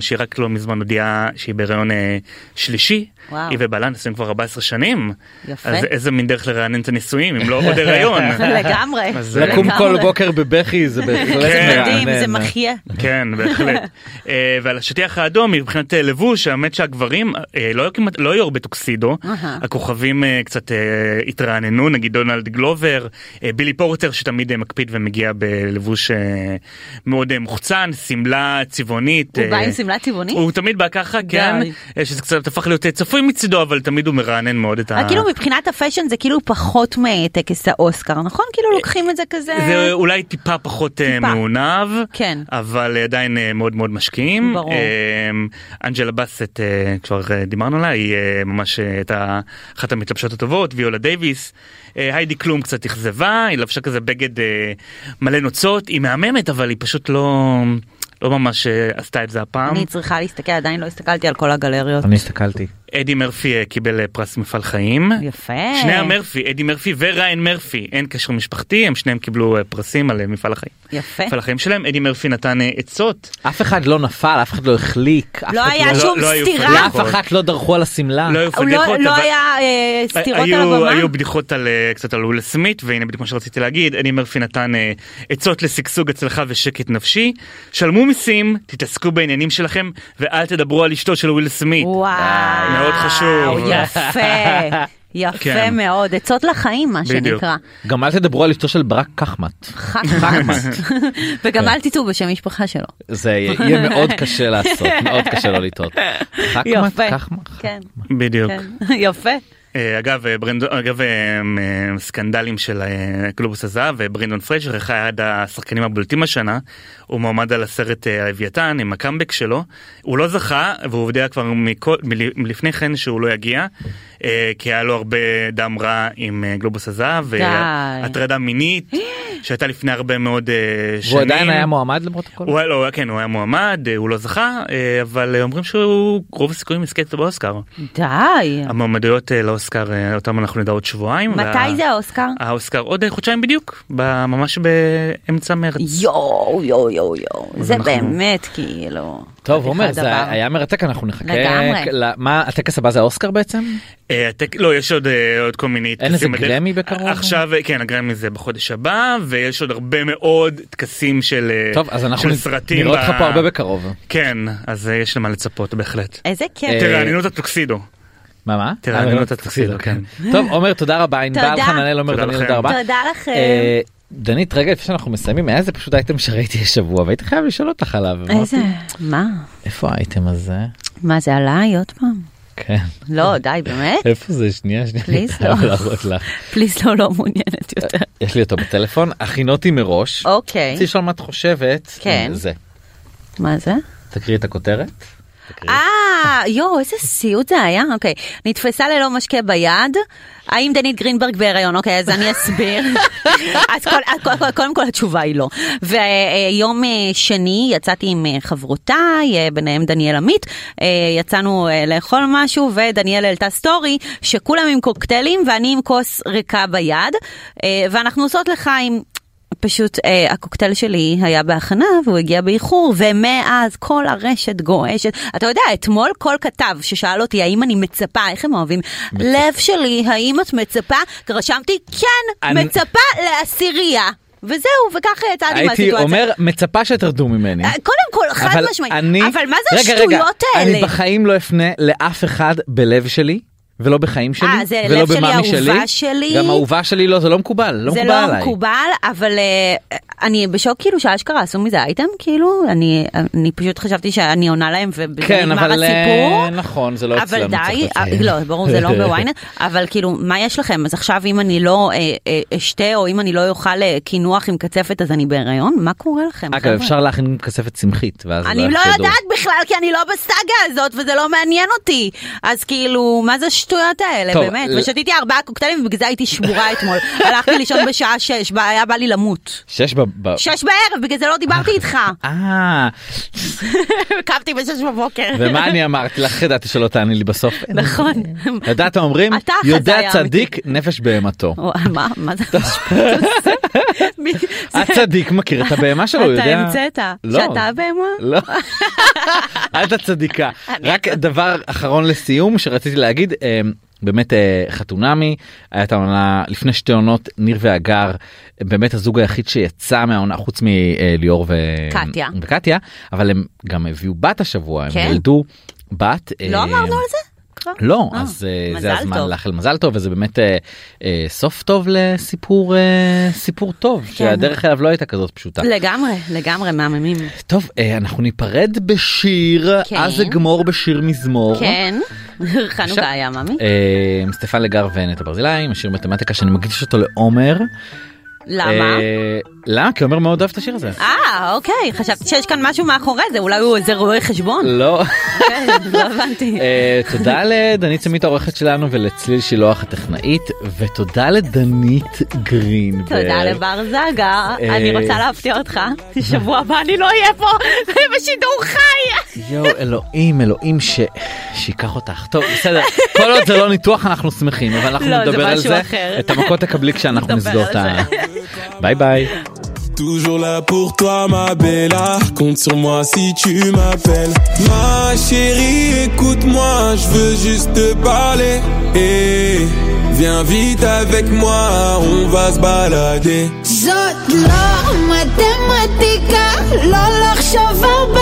H: שהיא רק לא מזמן הודיעה שהיא בהריון אה, שלישי,
B: וואו.
H: היא ובעלה נשואים כבר 14 שנים,
B: יפה.
H: אז איזה מין דרך לרענן את הנישואים אם לא עוד הריון.
B: [LAUGHS] לגמרי.
H: אז זה-
C: לקום
B: לגמרי.
C: כל בוקר בבכי
B: [LAUGHS]
C: זה בהחלט
B: זה
H: כן.
B: מדהים, זה
C: מרענן. אה,
B: מחיה.
H: [LAUGHS] כן בהחלט אה, ועל השטיח האדום מבחינת אה, לבוש האמת שהגברים אה, לא היו כמעט לא היו הרבה טוקסידו
B: אהה.
H: הכוכבים אה, אה, קצת אה, התרעננו, נגיד דונלד גלובר, אה, בילי פורטר שתמיד אה, מקפיד ומגיע בלבוש אה, מאוד אה, מוחצן, שמלה צבעונית.
B: הוא
H: אה,
B: בא עם שמלה צבעונית?
H: הוא תמיד בא ככה, כן,
B: די.
H: אה, שזה קצת הפך להיות אה, צפוי מצידו, אבל תמיד הוא מרענן מאוד את ה...
B: אה, כאילו מבחינת הפאשן זה כאילו פחות מטקס האוסקר, נכון? כאילו לוקחים את זה כזה...
H: אה, זה אולי טיפה פחות אה,
B: אה, טיפה.
H: מעונב,
B: כן.
H: אבל עדיין אה, מאוד מאוד משקיעים.
B: ברור.
H: אה, אנג'לה באסט, אה, כבר אה, דיברנו עליה, היא אה, ממש אה, הייתה אחת המתלבשות הטובות, ויולה דייוויס. אה, היידי כלום קצת אכזבה, היא לבשה כזה בגד אה, מלא נוצות, היא מהממת, אבל היא פשוט לא... לא ממש אה, עשתה את זה הפעם.
B: אני צריכה להסתכל, עדיין לא הסתכלתי על כל הגלריות.
C: אני הסתכלתי.
H: אדי מרפי אה, קיבל אה, פרס מפעל חיים.
B: יפה.
H: שני המרפי, אדי מרפי וריין מרפי, אין קשר משפחתי, הם שניהם קיבלו אה, פרסים על אה, מפעל החיים.
B: יפה.
H: מפעל החיים שלהם, אדי מרפי נתן אה, עצות.
C: אף אחד לא נפל, אף אחד לא החליק. אף
B: לא
C: אחד
B: היה שום
H: לא היו
B: סתירה.
H: פדיחות.
C: לאף אחת לא דרכו על השמלה.
H: לא היו
B: הוא לא-
H: פדיחות,
B: לא
H: אבל-
B: היה אה, סתירות על
H: היו-
B: הבמה?
H: היו בדיחות על, אה, קצת על אולה סמית, והנה בדיוק מה שרציתי להגיד, אדי מרפי נתן אה, עצות לשגשוג הצלחה ושקט נפשי. שלמו מיסים, תתעסקו בעניינים שלכם, ואל תדברו על אשתו של וויל סמית.
B: וואו.
H: מאוד חשוב.
B: יפה. יפה
H: כן.
B: מאוד. עצות לחיים, מה
H: בדיוק.
B: שנקרא.
C: גם אל תדברו על אשתו של ברק כחמת.
B: חכמת. [LAUGHS] וגם אל תטעו בשם משפחה שלו.
C: זה יהיה יהיה מאוד קשה
B: [LAUGHS]
C: לעשות, מאוד קשה לא לטעות. חכמת,
B: יפה.
C: כחמת.
B: כן.
H: בדיוק.
B: כן. [LAUGHS] יפה.
H: אה, אגב, אה, ברנד... אגב אה, אה, סקנדלים של אה, גלובוס הזהב, אה, ברנדון פרייזר, אחד השחקנים הבולטים השנה, הוא מועמד על הסרט אה, האביתן עם הקאמבק שלו, הוא לא זכה, והוא יודע כבר מכל... מל... מלפני כן שהוא לא יגיע, אה, כי היה לו הרבה דם רע עם אה, גלובוס הזהב, והטרדה מינית שהייתה לפני הרבה מאוד אה, שנים.
C: והוא עדיין היה מועמד למרות הכל?
H: הוא היה, לא, כן, הוא היה מועמד, אה, הוא לא זכה, אה, אבל אה, אומרים שהוא רוב הסיכויים יזכה אותו באוסקר.
B: די.
H: המועמדויות אה, לאוסקר אה, אותם אנחנו נדע עוד שבועיים.
B: כן. מתי
H: וה-
B: זה האוסקר?
H: האוסקר עוד אה, חודשיים בדיוק, ב- ממש באמצע מרץ.
B: יואו, יואו, יואו, יואו. זה
H: אנחנו-
B: באמת כאילו...
C: טוב
B: חתיכת
C: עומר זה
B: דבר.
C: היה מרתק אנחנו נחכה
B: לגמרי.
C: ל- מה הטקס הבא זה האוסקר בעצם
H: אה, הטק- לא, יש עוד אה, עוד כל מיני
C: אין איזה
H: טקסים בדרך.
C: גרמי בקרוב?
H: עכשיו, אה, כן, הגרמי זה בחודש הבא, ויש עוד הרבה מאוד טקסים של אה,
C: טוב אז אנחנו
H: של
C: נ-
H: סרטים.
C: נראה אותך
H: ב-
C: פה הרבה בקרוב
H: כן, אז אה, יש למה לצפות בהחלט.
B: איזה
C: אה,
B: כיף.
H: תראה, לא עניינו את הטוקסידו.
C: מה מה
H: תראה,
C: אה,
H: אני לא
C: את הטוקסידו,
H: הטוקסידו,
C: טוב עומר תודה רבה ענבל
B: תודה.
C: חננאל עומר
H: תודה
C: דניאל
H: לכם.
C: תודה רבה
B: תודה לכם.
C: אה, דנית רגע לפני שאנחנו מסיימים היה איזה פשוט אייטם שראיתי השבוע והייתי חייב לשאול אותך עליו
B: איזה...
C: אה, אמרתי,
B: מה?
C: איפה האייטם הזה
B: מה זה עליי עוד פעם? [LAUGHS]
C: כן
B: לא, די,
C: [LAUGHS]
B: באמת?
C: איפה זה שנייה שנייה אני
B: Please,
C: חייב
B: לא.
C: להראות לך.
B: פליז לא, לא מעוניינת יותר.
C: יש לי אותו בטלפון הכינותי מראש
B: אוקיי.
C: רציתי לשאול מה את חושבת
B: כן.
C: על זה
B: מה זה?
C: תקריא את הכותרת. תקריאי.
B: אה, יואו, איזה סיוט זה היה, אוקיי. נתפסה ללא משקה ביד, האם דנית גרינברג בהיריון? אוקיי, אז אני אסביר. אז כל- כל- כל- קודם כל התשובה היא לא. ויום אה, שני יצאתי עם אה, חברותיי, אה, ביניהם דניאל עמית, אה, יצאנו אה, לאכול משהו, ודניאל העלתה סטורי, שכולם עם קוקטיילים ואני עם כוס ריקה ביד, אה, ואנחנו עושות לחיים. פשוט אה, הקוקטייל שלי היה בהכנה והוא הגיע באיחור ומאז כל הרשת גועשת. אתה יודע, אתמול כל כתב ששאל אותי האם אני מצפה, איך הם אוהבים, לב שלי, האם את מצפה? רשמתי כן,
C: אני-
B: מצפה לעשירייה. וזהו, וככה יצאתי
C: הייתי
B: מהסיטואציה.
C: אומר מצפה שתרדו ממני.
B: אה, קודם כל, חד
C: אבל
B: משמעית.
C: אני-
B: אבל מה זה
C: רגע,
B: השטויות
C: רגע,
B: האלה?
C: אני בחיים לא אפנה לאף אחד בלב שלי. ולא בחיים שלי,
B: אה, זה
C: ולא
B: לב שלי,
C: במאמי שלי,
B: אהובה שלי.
C: גם אהובה שלי לא, זה לא מקובל, לא
B: זה
C: מקובל
B: לא
C: עליי.
B: מקובל, אבל אה, אני בשוק כאילו שאשכרה עשו מזה אייטם, כאילו, אני, אני פשוט חשבתי שאני עונה להם ובזה
C: כן,
B: נגמר
C: אבל
B: הסיפור.
C: אה, נכון, זה לא
B: אבל
C: אצלנו.
B: די,
C: צריך
B: אה,
C: לציין.
B: לא, ברור,
C: [LAUGHS]
B: זה לא בוויינט, אבל כאילו, מה יש לכם? אז עכשיו אם אני לא אה, אה, אשתה, או אם אני לא אוכל אה, קינוח עם קצפת, אז אני בהיריון? מה קורה לכם?
C: אגב,
B: חבר'ה?
C: אפשר להכין כספת צמחית, ואז
B: אני לא
C: יחשדו.
B: יודעת בכלל, כי אני לא בסאגה הזאת, וזה לא מעניין אותי. אז כאילו, מה זה השטויות האלה,
C: טוב,
B: באמת?
C: ל-
B: ושתיתי ארבעה קוקטיילים, ובגלל זה הייתי
C: [LAUGHS]
B: שבורה אתמול. הלכתי לישון בשעה שש, ב- היה בא לי למות.
C: שש ב... ב-
B: שש בערב, בגלל זה לא דיברתי
C: [LAUGHS]
B: איתך.
C: אה,
B: קמתי בשש בבוקר.
C: ומה אני אמרתי לך? ידעתי שלא תעני לי בסוף.
B: [LAUGHS] נכון.
C: [LAUGHS] ידעת אומרים,
B: אתה החזאי
C: יודע
B: האמיתי."
C: צדיק נפש בהמתו.
B: או, מה, מה זה המשפט הזה?
C: [LAUGHS]
B: מי- זה-
C: הצדיק מכיר את הבהמה שלו, הוא יודע.
B: אתה המצאת,
C: לא.
B: שאתה הבהמה?
C: לא. [LAUGHS] את הצדיקה. רק דבר אחרון לסיום שרציתי להגיד, אה, באמת אה, חתונמי, הייתה עונה לפני שתי עונות, ניר והגר, אה, באמת הזוג היחיד שיצא מהעונה, חוץ מליאור ו...
B: קטיה.
C: וקטיה, אבל הם גם הביאו בת השבוע, הם
B: כן.
C: ילדו בת. אה,
B: לא אמרנו על זה? כבר?
C: לא,
B: אה,
C: אז אה,
B: מזל
C: זה הזמן
B: טוב.
C: לאחל מזל טוב, וזה באמת אה, אה, סוף טוב לסיפור אה, סיפור טוב,
B: כן.
C: שהדרך אליו לא הייתה כזאת פשוטה.
B: לגמרי, לגמרי, מהממים.
C: טוב, אה, אנחנו ניפרד בשיר,
B: כן.
C: אז אגמור בשיר מזמור. [LAUGHS]
B: כן, חנוכה היה, מאמי.
C: אוקיי. אה, סטפן לגר ונטע ברזילי, עם השיר מתמטיקה שאני מקדיש אותו לעומר.
B: למה?
C: אה, למה? כי עומר מאוד אוהב את השיר הזה.
B: אה, אוקיי, חשבתי שיש כאן משהו מאחורי זה, אולי הוא איזה רואה
C: [LAUGHS]
B: חשבון?
C: לא.
B: כן, לא הבנתי.
C: אה, תודה לדנית סמית העורכת שלנו ולצליל שילוח הטכנאית, ותודה לדנית גרינברג.
B: תודה לבר זגה,
C: אה,
B: אני רוצה להפתיע אותך, שבוע הבא אני לא אהיה פה [LAUGHS] בשידור חי.
C: יואו, אלוהים, אלוהים ש... שייקח אותך. טוב, בסדר, כל עוד זה לא ניתוח אנחנו שמחים, אבל אנחנו
B: לא, זה
C: נדבר על
B: משהו
C: זה.
B: אחר.
C: את המכות תקבלי כשאנחנו
B: נדבר
C: נסגור
B: על
C: את ה...
B: זה.
C: ביי ביי.
I: Toujours là pour toi, ma bella. Compte sur moi si tu m'appelles. Ma chérie, écoute-moi, je veux juste te parler. Et viens vite avec moi, on va se balader.
J: זאת לא מתמטיקה, לא לחשוב הרבה
I: Ah,